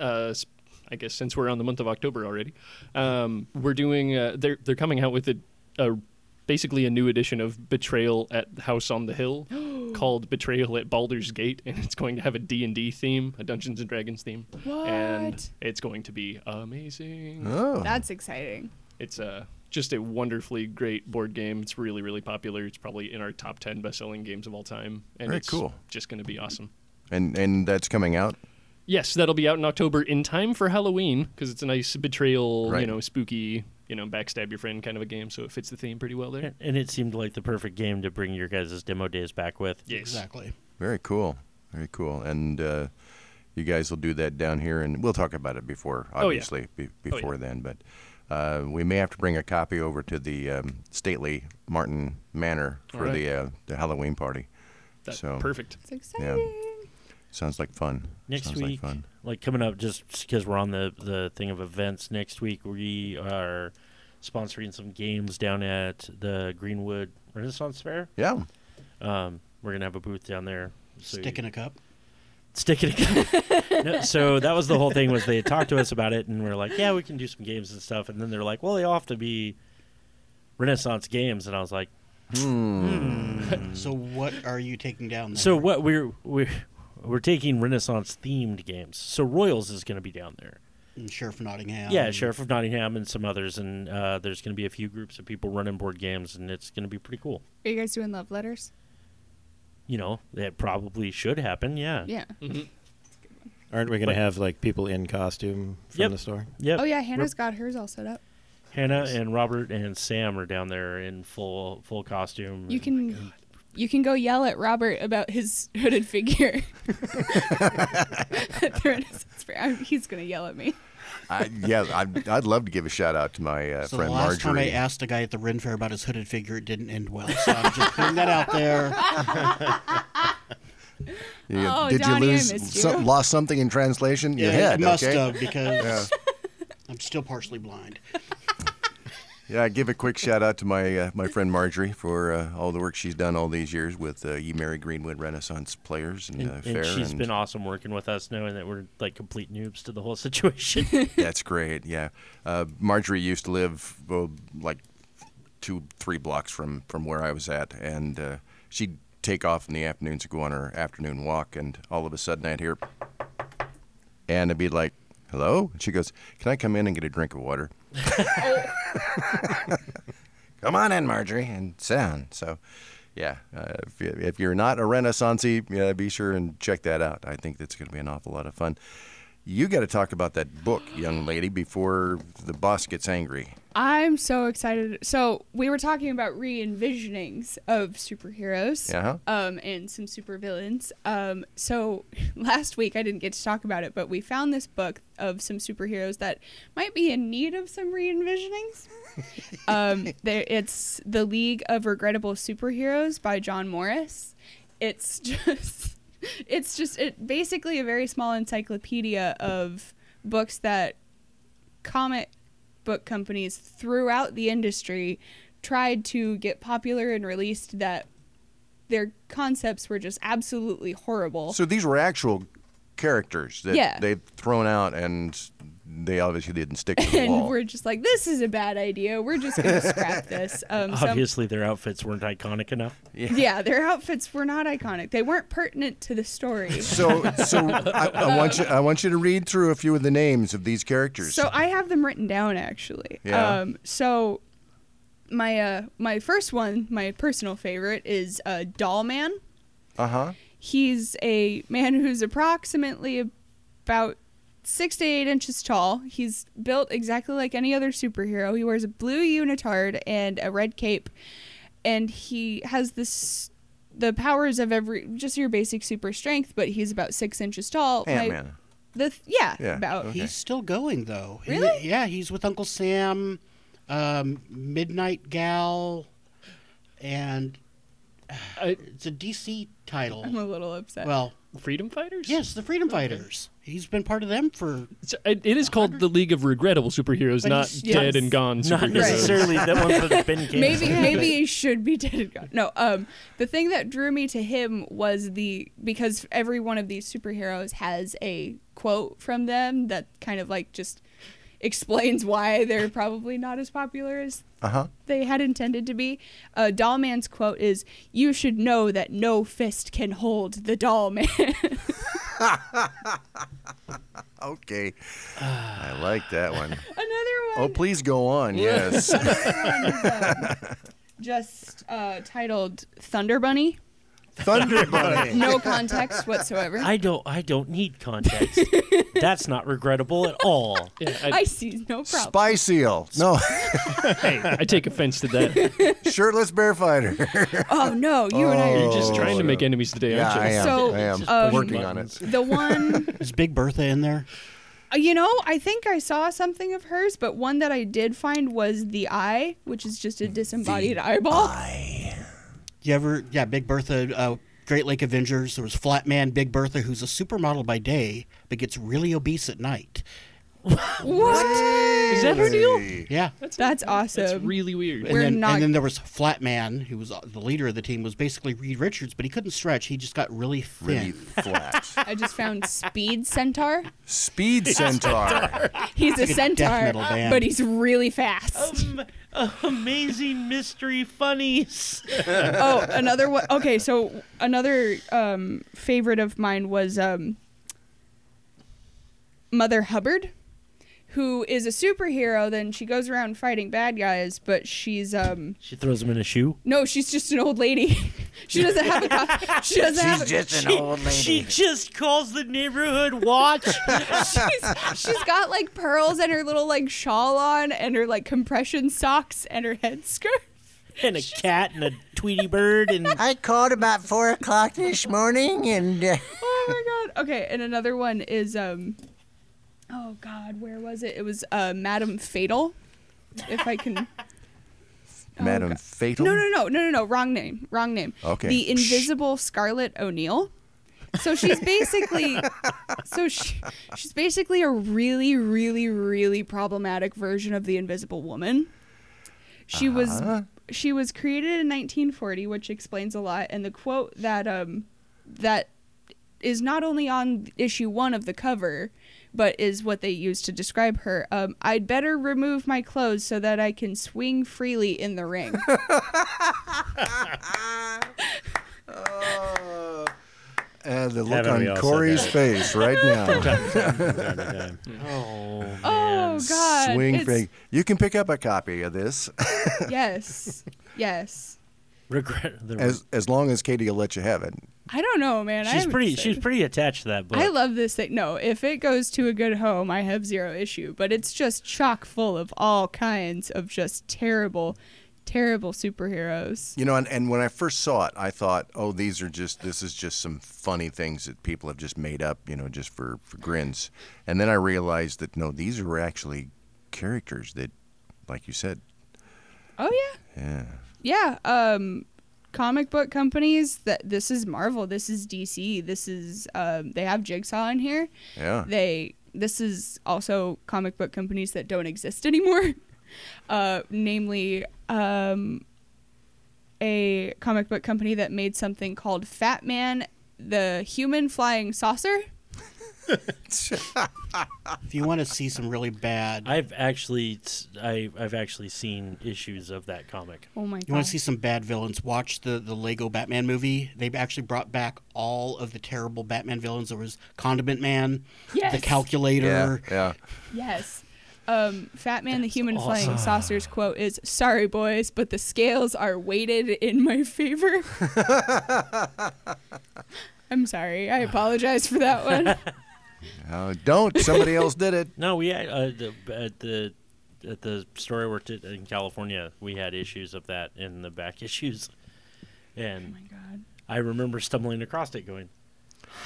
S3: uh, s- I guess since we're on the month of October already, um, we're doing. Uh, they're they're coming out with a, a basically a new edition of Betrayal at House on the Hill called Betrayal at Baldur's Gate, and it's going to have a D and D theme, a Dungeons and Dragons theme, and
S6: What?
S3: it's going to be amazing.
S1: Oh,
S6: That's exciting.
S3: It's uh, just a wonderfully great board game. It's really, really popular. It's probably in our top 10 best selling games of all time. And
S1: Very
S3: it's
S1: cool.
S3: just going to be awesome.
S1: and and that's coming out.
S3: Yes, that'll be out in October in time for Halloween because it's a nice betrayal,
S1: Right.
S3: you know, spooky, you know, backstab your friend kind of a game. So it fits the theme pretty well there.
S2: And, and it seemed like the perfect game to bring your guys' demo days back with.
S3: Yes.
S4: Exactly.
S1: Very cool. Very cool. And uh, you guys will do that down here, and we'll talk about it before,
S3: Oh, yeah.
S1: obviously, be-
S3: yeah.
S1: before then. But uh, we may have to bring a copy over to the um, stately Martin Manor for
S3: All right.
S1: the uh, the Halloween party.
S3: That,
S1: So-
S3: Perfect.
S6: It's exciting.
S1: Sounds like fun.
S2: Next
S1: Sounds
S2: week,
S1: like
S2: like,
S1: fun.
S2: coming up, just because we're on the the thing of events. Next week we are sponsoring some games down at the Greenwood Renaissance Fair.
S1: Yeah.
S2: Um, we're gonna have a booth down there. So
S4: Stick in a cup.
S2: stick it again. No, so that was the whole thing was they had talked to us about it and we are like, yeah, we can do some games and stuff. And then they're like, well, they all have to be Renaissance games. And I was like,
S1: Mm-hmm.
S4: So what are you taking down? Then?
S2: so what we're we're we're taking Renaissance themed games. So Royals is going to be down there.
S4: And Sheriff Nottingham.
S2: yeah, Sheriff of Nottingham and some others, and uh, there's going to be a few groups of people running board games, and it's going to be pretty cool.
S6: Are you guys doing love letters?
S2: You know, that probably should happen. Yeah.
S6: Yeah.
S5: Aren't we going
S2: But-
S5: to have like people in costume from
S2: Yep.
S5: the store?
S2: Yep.
S6: Oh yeah, Hannah's got hers all set up.
S3: Oh
S2: Hannah and Robert and Sam are down there in full full costume.
S6: You can you can go yell at Robert about his hooded figure. At the Renaissance Fair. I'm- He's gonna yell at me.
S1: I, yeah, I'd, I'd love to give a shout out to my uh,
S4: So the
S1: friend
S4: last
S1: Marjorie.
S4: time I asked a guy at the Ren Fair about his hooded figure, it didn't end well. So I'm just putting that out there.
S1: You-
S6: Oh,
S1: did
S6: Donnie, I
S1: you lose
S6: missed you.
S1: some- lost something in translation? Your
S4: Yeah,
S1: head,
S4: it must
S1: okay?
S4: have because I'm still partially blind.
S1: Yeah, I give a quick shout out to my uh, my friend Marjorie for uh, all the work she's done all these years with uh, E. Mary Greenwood Renaissance Players and,
S2: And,
S1: uh,
S2: and
S1: Fair.
S2: she's
S1: and
S2: been awesome working with us, knowing that we're like complete noobs to the whole situation.
S1: That's great. Yeah, uh, Marjorie used to live well, like two, three blocks from from where I was at, and uh, she'd take off in the afternoons to go on her afternoon walk, and all of a sudden I'd hear, and I'd be like, "Hello," and she goes, "Can I come in and get a drink of water?" come on in, Marjorie, and sit down. So, yeah, uh, if, you- if you're not a Renaissance, yeah, be sure and check that out. I think that's going to be an awful lot of fun. You got to talk about that book, young lady, before the boss gets angry.
S6: I'm so excited. So we were talking about re-envisionings of superheroes,
S1: Uh-huh.
S6: um, and some supervillains. Um, so last week I didn't get to talk about it, but we found this book of some superheroes that might be in need of some re-envisionings. um, there, it's the League of Regrettable Superheroes by John Morris. It's just, it's just it basically a very small encyclopedia of books that comic book companies throughout the industry tried to get popular and released that their concepts were just absolutely horrible.
S1: So these were actual characters that
S6: Yeah.
S1: they'd thrown out, and they obviously didn't stick to the
S6: and
S1: wall.
S6: we're just like, this is a bad idea. We're just going to scrap this. Um, some-
S2: Obviously, their outfits weren't iconic enough.
S6: yeah, their outfits were not iconic. They weren't pertinent to the story.
S1: So, so I, I want you, I want you to read through a few of the names of these characters.
S6: So I have them written down actually.
S1: Yeah.
S6: Um, so my uh, my first one, my personal favorite, is uh, Doll Man.
S1: uh huh.
S6: He's a man who's approximately about six to eight inches tall. He's built exactly like any other superhero. He wears a blue unitard and a red cape, and he has this the powers of every just your basic super strength. But he's about six inches tall. My-
S1: Ant Man.
S6: The th- yeah,
S1: Yeah,
S6: about
S1: okay.
S4: He's still going though. He-
S6: Really?
S4: yeah, he's with Uncle Sam, um, Midnight Gal, and
S3: I,
S4: it's a DC title.
S6: I'm a little upset.
S4: Well,
S3: Freedom Fighters?
S4: yes, the Freedom Fighters. He's been part of them for
S3: It's, uh, it, it is called the League of Regrettable Superheroes,
S4: But
S3: not
S4: he's- yeah.
S3: Dead and Gone
S2: Not
S3: Superheroes.
S2: necessarily that one that's been canceled.
S6: maybe maybe he should be dead and gone. No, um, the thing that drew me to him was the because every one of these superheroes has a quote from them that kind of like just explains why they're probably not as popular as
S1: Uh huh.
S6: they had intended to be. Uh, Dollman's quote is, "You should know that no fist can hold the doll man."
S1: Okay. I like that one.
S6: Another
S1: Oh,
S6: one,
S1: please go on. Yes.
S6: just uh, titled "Thunder Bunny."
S1: Thunder Bunny.
S6: No context whatsoever. I,
S2: I don't. I don't need context. That's not regrettable at all.
S3: Yeah, I,
S6: see no problem.
S1: Spy Seal. No,
S3: I take offense to that.
S1: shirtless bear fighter.
S6: Oh no, you and I
S3: You're
S6: are
S3: just
S1: Oh,
S3: trying to
S1: shit.
S3: make enemies today,
S1: yeah, I
S3: aren't you?
S1: am.
S6: So,
S1: I am.
S6: um,
S1: working on it.
S6: the one.
S4: is Big Bertha in there?
S6: uh, You know, I think I saw something of hers, but one that I did find was the eye, which is just a disembodied eyeball.
S4: You ever? Yeah, Big Bertha. Uh, Great Lake Avengers. There was Flatman Big Bertha, who's a supermodel by day, but gets really obese at night.
S6: What?
S3: Is that her deal?
S4: Yeah.
S6: That's awesome.
S3: That's really weird.
S4: And
S6: We're
S4: then,
S6: not-
S4: and then there was Flatman, who was uh, the leader of the team, was basically Reed Richards, but he couldn't stretch. He just got really thin.
S1: Really flat.
S6: I just found Speed Centaur.
S1: Speed Centaur.
S6: He's a
S4: Like a death
S6: centaur,
S4: metal band.
S6: but he's really fast.
S2: Amazing mystery funnies.
S6: oh, another one. Okay, so another um, favorite of mine was um, Mother Hubbard, who is a superhero. Then she goes around fighting bad guys, but she's um,
S2: She throws him in a shoe.
S6: no, she's just an old lady. she doesn't have a. co- She doesn't have. A,
S2: She just calls the neighborhood watch.
S6: she's, she's got like pearls and her little like shawl on and her like compression socks and her headscarf.
S2: and a cat and a Tweety bird and
S8: I called about four o'clock this morning, and uh,
S6: Oh my god. Okay, and another one is um Oh god, where was it? It was uh Madam Fatal. If I can
S1: Madam
S6: oh, God.
S1: Fatal.
S6: No, no, no, no, no, no, wrong name. Wrong name.
S1: Okay.
S6: The Invisible Scarlet O'Neill. So she's basically so she, she's basically a really really really problematic version of the Invisible Woman. She was she was created in 1940, which explains a lot. And the quote that um that is not only on issue one of the cover, but is what they use to describe her. Um, I'd better remove my clothes so that I can swing freely in the ring.
S1: Uh, the look
S5: Haven't we
S1: on
S5: all said
S1: Corey's
S5: that?
S1: face right now.
S2: oh,
S6: oh God!
S1: Swing
S6: it's-
S1: thing. You can pick up a copy of this
S6: Yes, yes.
S2: regret. The,
S1: as as long as Katie will let you have it.
S6: I don't know, man.
S2: she's
S6: I'm
S2: pretty.
S6: excited.
S2: She's pretty attached to that book.
S6: I love this thing. No, if it goes to a good home, I have zero issue. But it's just chock full of all kinds of just terrible, terrible superheroes.
S1: You know, and, and when I first saw it, I thought, oh, these are just, this is just some funny things that people have just made up, you know, just for, for grins. And then I realized that, no, these were actually characters that, like you said,
S6: Oh yeah.
S1: yeah.
S6: yeah um comic book companies that this is marvel this is dc this is um they have jigsaw in here
S1: Yeah.
S6: they this is also comic book companies that don't exist anymore uh namely um a comic book company that made something called fat man the human flying saucer
S4: If you want to see some really bad,
S2: I've actually, I, I've actually seen issues of that comic.
S6: oh my
S4: you
S6: god
S4: want to see some bad villains, watch the, the Lego Batman movie. They actually brought back all of the terrible Batman villains. There was Condiment Man, the
S6: Yes.
S4: Calculator.
S1: Yeah.
S6: yes um, Fat Man, the human flying
S2: awesome.
S6: saucers quote is Sorry, boys, but the scales are weighted in my favor. I'm sorry. I apologize for that one. Oh
S1: Uh, don't. Somebody else did it.
S2: No, we had uh, the, at the at the store I worked at in California. We had issues of that in the back issues, and
S6: God.
S2: Oh I remember stumbling across it, going,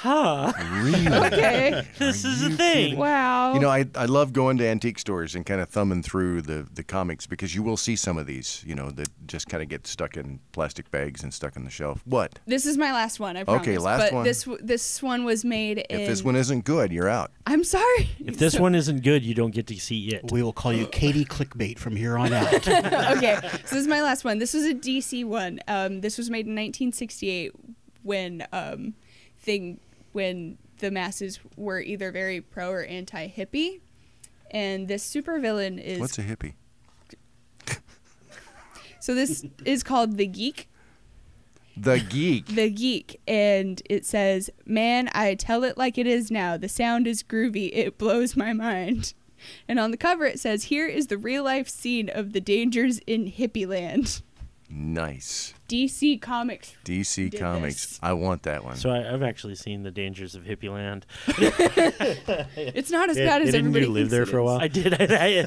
S2: Huh.
S1: Really?
S6: Okay.
S2: This is a thing.
S6: wow.
S1: You know, I, I love going to antique stores and kind of thumbing through the, the comics because you will see some of these, you know, that just kind of get stuck in plastic bags and stuck on the shelf. What?
S6: this is my last one. I promise.
S1: Okay, last
S6: but
S1: one.
S6: This w- this one was made in.
S1: If this one isn't good, you're out.
S6: I'm sorry.
S2: If this one isn't good, you don't get to see it.
S4: We will call you Katie Clickbait from here on out.
S6: okay, so this is my last one. This was a DC one. Um, this was made in 1968 when um, thing when the masses were either very pro or anti hippie, and this supervillain is
S1: What's a hippie?
S6: so this is called the Geek.
S1: The geek.
S6: The Geek, and it says, "Man, I tell it like it is now. The sound is groovy. It blows my mind." And on the cover, it says, "Here is the real life scene of the dangers in hippie land."
S1: nice.
S6: DC Comics
S1: DC
S6: Did
S1: Comics.
S6: this.
S1: I want that one.
S2: So I, I've actually seen the dangers of hippie land.
S6: It's not as
S5: Yeah,
S6: bad as
S5: didn't
S6: everybody
S5: you live
S6: thinks
S5: there
S6: it
S5: for a
S1: Uh.
S6: is.
S5: while?
S2: I did. I,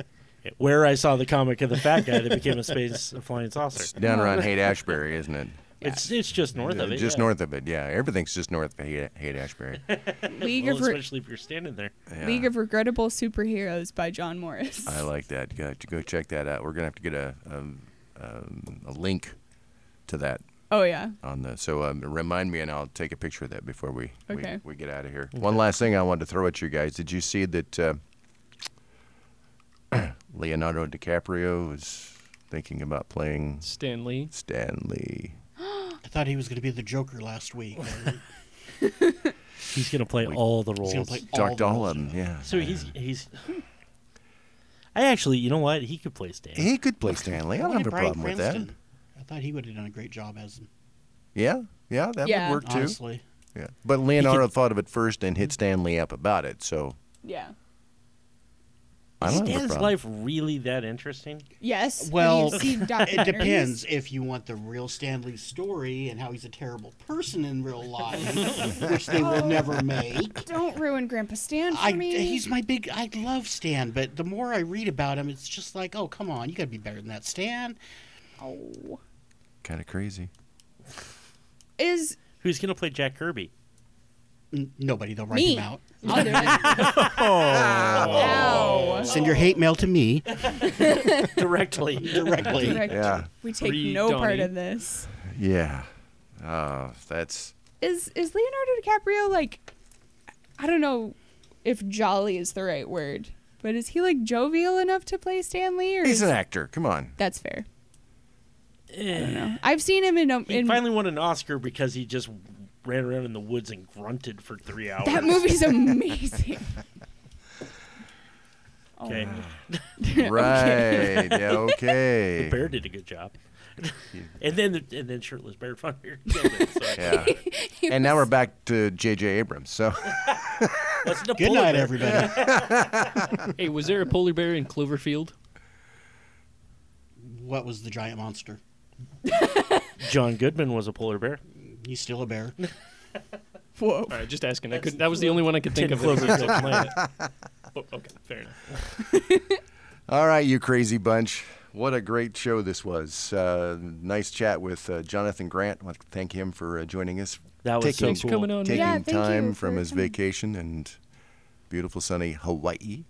S2: I- where I saw the comic of the fat guy that became a space a flying
S1: it's
S2: saucer.
S1: down around Haight Ashbury, isn't it?
S2: It's it's just north of it.
S1: just
S2: yeah.
S1: north of it, yeah. Everything's just north of Haight, Haight Ashbury.
S6: League,
S2: Well,
S6: of Re-
S2: especially if you're standing there.
S1: Yeah.
S6: League of Regrettable Superheroes by John Morris.
S5: Uh,
S1: I like that. Go, go check that out. We're gonna have to get a um, um, a link to that
S6: oh yeah.
S1: on the. So um, remind me, and I'll take a picture of that before we
S6: Okay.
S1: we, we get out of here. One last thing I wanted to throw at you guys. Did you see that uh, Leonardo DiCaprio is thinking about playing
S3: Stanley.
S1: Stan Lee?
S4: I thought he was going to be the Joker last week.
S2: He's gonna play all the roles.
S4: gonna play
S1: Dark
S4: All the
S1: Doll
S4: roles
S1: of
S4: in
S1: them, yeah.
S2: so he's he's. I actually, you know what? He could play Stan.
S1: He could play Stanley. I don't have a problem with that.
S4: I thought he would have done a great job as him,
S1: Yeah, yeah, that
S6: Yeah.
S1: would work too.
S4: honestly.
S1: Yeah. But Leonardo thought of it first and hit Stanley up about it. So
S6: Yeah.
S1: I
S2: Is
S1: don't have a
S2: Stan's
S1: problem.
S2: life really that interesting?
S6: Yes. Have
S4: Well,
S6: you seen
S4: It
S6: documentaries?
S4: depends if you want the real Stanley's story and how he's a terrible person in real life, which they will never make.
S6: Don't ruin Grandpa Stan for
S4: I,
S6: me.
S4: he's my big. I love Stan, but the more I read about him, it's just like, oh, come on, you got to be better than that, Stan.
S6: Oh.
S1: Kind of crazy.
S6: Is
S2: Who's gonna play Jack Kirby?
S4: N- nobody, they'll write
S6: me.
S4: him out.
S5: Oh.
S6: I'll do it. Ow.
S4: Send your hate mail to me
S2: Directly.
S4: directly.
S6: Correct.
S1: Yeah.
S6: We take
S3: Free
S6: no part
S3: Donnie.
S6: in this.
S1: Yeah. Oh, that's
S6: Is is Leonardo DiCaprio like? I don't know if jolly is the right word, but is he like jovial enough to play Stanley? Or
S1: he's
S6: is-
S1: an actor. Come on.
S6: That's fair. I don't know. I've seen him in, um,
S2: He
S6: in
S2: finally won an Oscar because he just ran around in the woods and grunted for three hours.
S6: that movie's amazing.
S2: okay.
S1: Right. Yeah, okay.
S2: Bear did a good job. and then the, and then shirtless bear fun here. killed it, so
S1: Yeah. And now we're back to J.J. Abrams. So
S2: Let's not
S4: Good
S2: pull
S4: night,
S2: it.
S4: everybody.
S3: Hey, was there a polar bear in Cloverfield?
S4: What was the giant monster?
S2: John Goodman was a polar bear.
S4: He's still a bear.
S6: Whoa.
S3: All right, just asking. I could, that was the only one I could think
S2: Tin
S3: of.
S2: Cloverfield
S3: that was like-
S2: Planet.
S3: Oh, okay, fair enough.
S1: All right, you crazy bunch. What a great show this was. Uh, nice chat with uh, Jonathan Grant. I want to thank him for uh, joining us,
S2: That was
S1: Taking-
S2: so
S3: Thanks for
S2: cool.
S3: coming on.
S1: taking
S6: Yeah, thank you
S1: time
S6: for
S1: from his
S6: coming.
S1: vacation and beautiful sunny Hawaii.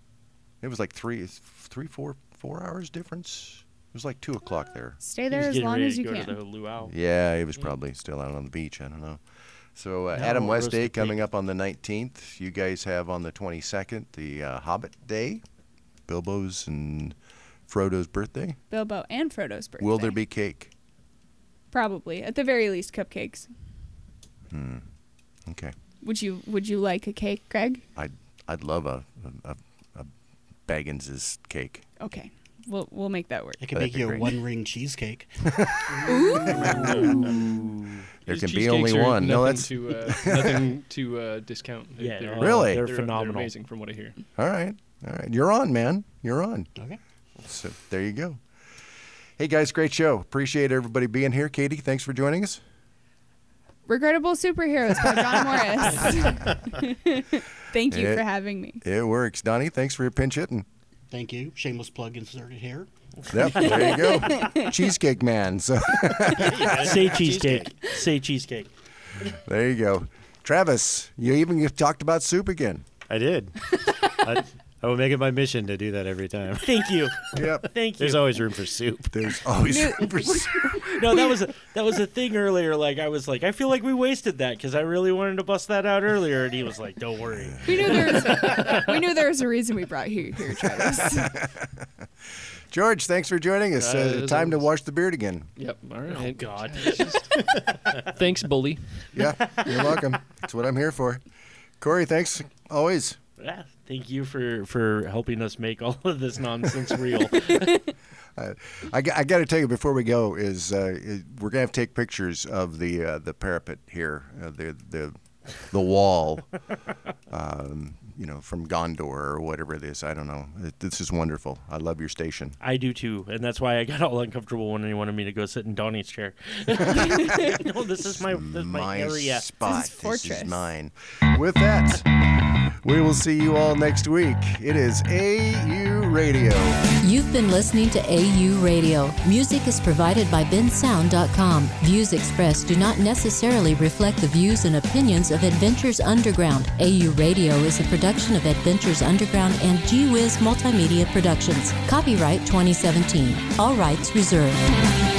S1: It was like three, three, four, four hours difference. It was like two o'clock there.
S6: Stay
S2: He was
S6: there as
S2: getting
S6: long
S2: ready
S6: as
S2: to
S6: you
S2: go to
S6: can.
S2: the luau.
S1: Yeah, he was probably still out on the beach. I don't know. So uh,
S2: No,
S1: Adam West
S2: roasted
S1: Day
S2: pig.
S1: coming up on the 19th. You guys have on the 22nd the uh, Hobbit Day, Bilbo's and Frodo's birthday.
S6: Bilbo and Frodo's birthday.
S1: Will there be cake?
S6: Probably, at the very least, cupcakes.
S1: Okay,
S6: Would you Would you like a cake, Greg?
S1: I'd I'd love a a, a, a Baggins's cake.
S6: Okay, we'll we'll make that work.
S4: I could
S1: That'd
S4: make
S1: be
S4: you a
S1: great.
S4: one ring cheesecake.
S1: There
S3: These
S1: can be
S3: cheesecakes
S1: only
S3: are
S1: one. No,
S3: nothing
S1: that's
S3: to, uh, nothing to uh, discount.
S2: Yeah,
S3: They're-
S2: no,
S1: Really?
S2: They're,
S3: they're
S2: phenomenal.
S3: They're amazing, from what I hear.
S1: all right. All right, you're on, man. You're on.
S4: Okay.
S1: So there you go. Hey guys, great show. Appreciate everybody being here. Katie, thanks for joining us.
S6: Regrettable superheroes by John Morris. Thank you
S1: It-
S6: for having me.
S1: It works, Donnie. Thanks for your pinch hitting.
S4: Thank you. Shameless plug inserted here.
S1: Yep, there you go. Cheesecake man. So
S2: Say cheesecake. Say cheesecake.
S1: There you go. Travis, you even talked about soup again.
S5: I did. I, I will make it my mission to do that every time.
S2: Thank you.
S1: Yep.
S2: Thank you.
S5: There's always room for soup.
S1: There's always room for soup.
S2: no, that was a, that was a thing earlier. Like I was like, I feel like we wasted that because I really wanted to bust that out earlier, and he was like, "Don't worry."
S9: We knew there was, we knew there was a reason we brought you here, Travis.
S1: George, thanks for joining us. Uh,
S3: Uh,
S1: time to wash the beard again.
S3: Yep. All right.
S2: Oh God.
S3: Thanks, bully.
S1: Yeah, you're welcome. That's what I'm here for. Corey, thanks always.
S2: Yeah, Thank you for for helping us make all of this nonsense real.
S1: I, got to tell you before we go is, uh, is we're gonna have to take pictures of the uh, the parapet here, uh, the the the wall, um, you know, from Gondor or whatever it is. I don't know. It, this is wonderful. I love your station.
S2: I do too, and that's why I got all uncomfortable when he wanted me to go sit in Donnie's chair. no, this is my this is my area.
S1: spot.
S9: This is fortress.
S1: mine. With that, we will see you all next week. It is AU Radio.
S6: You've been listening to AU Radio. Music is provided by bensound.com. Views expressed do not necessarily reflect the views and opinions of Adventures Underground. AU Radio is a production of Adventures Underground and Gee Whiz Multimedia Productions. Copyright 2017. All rights reserved.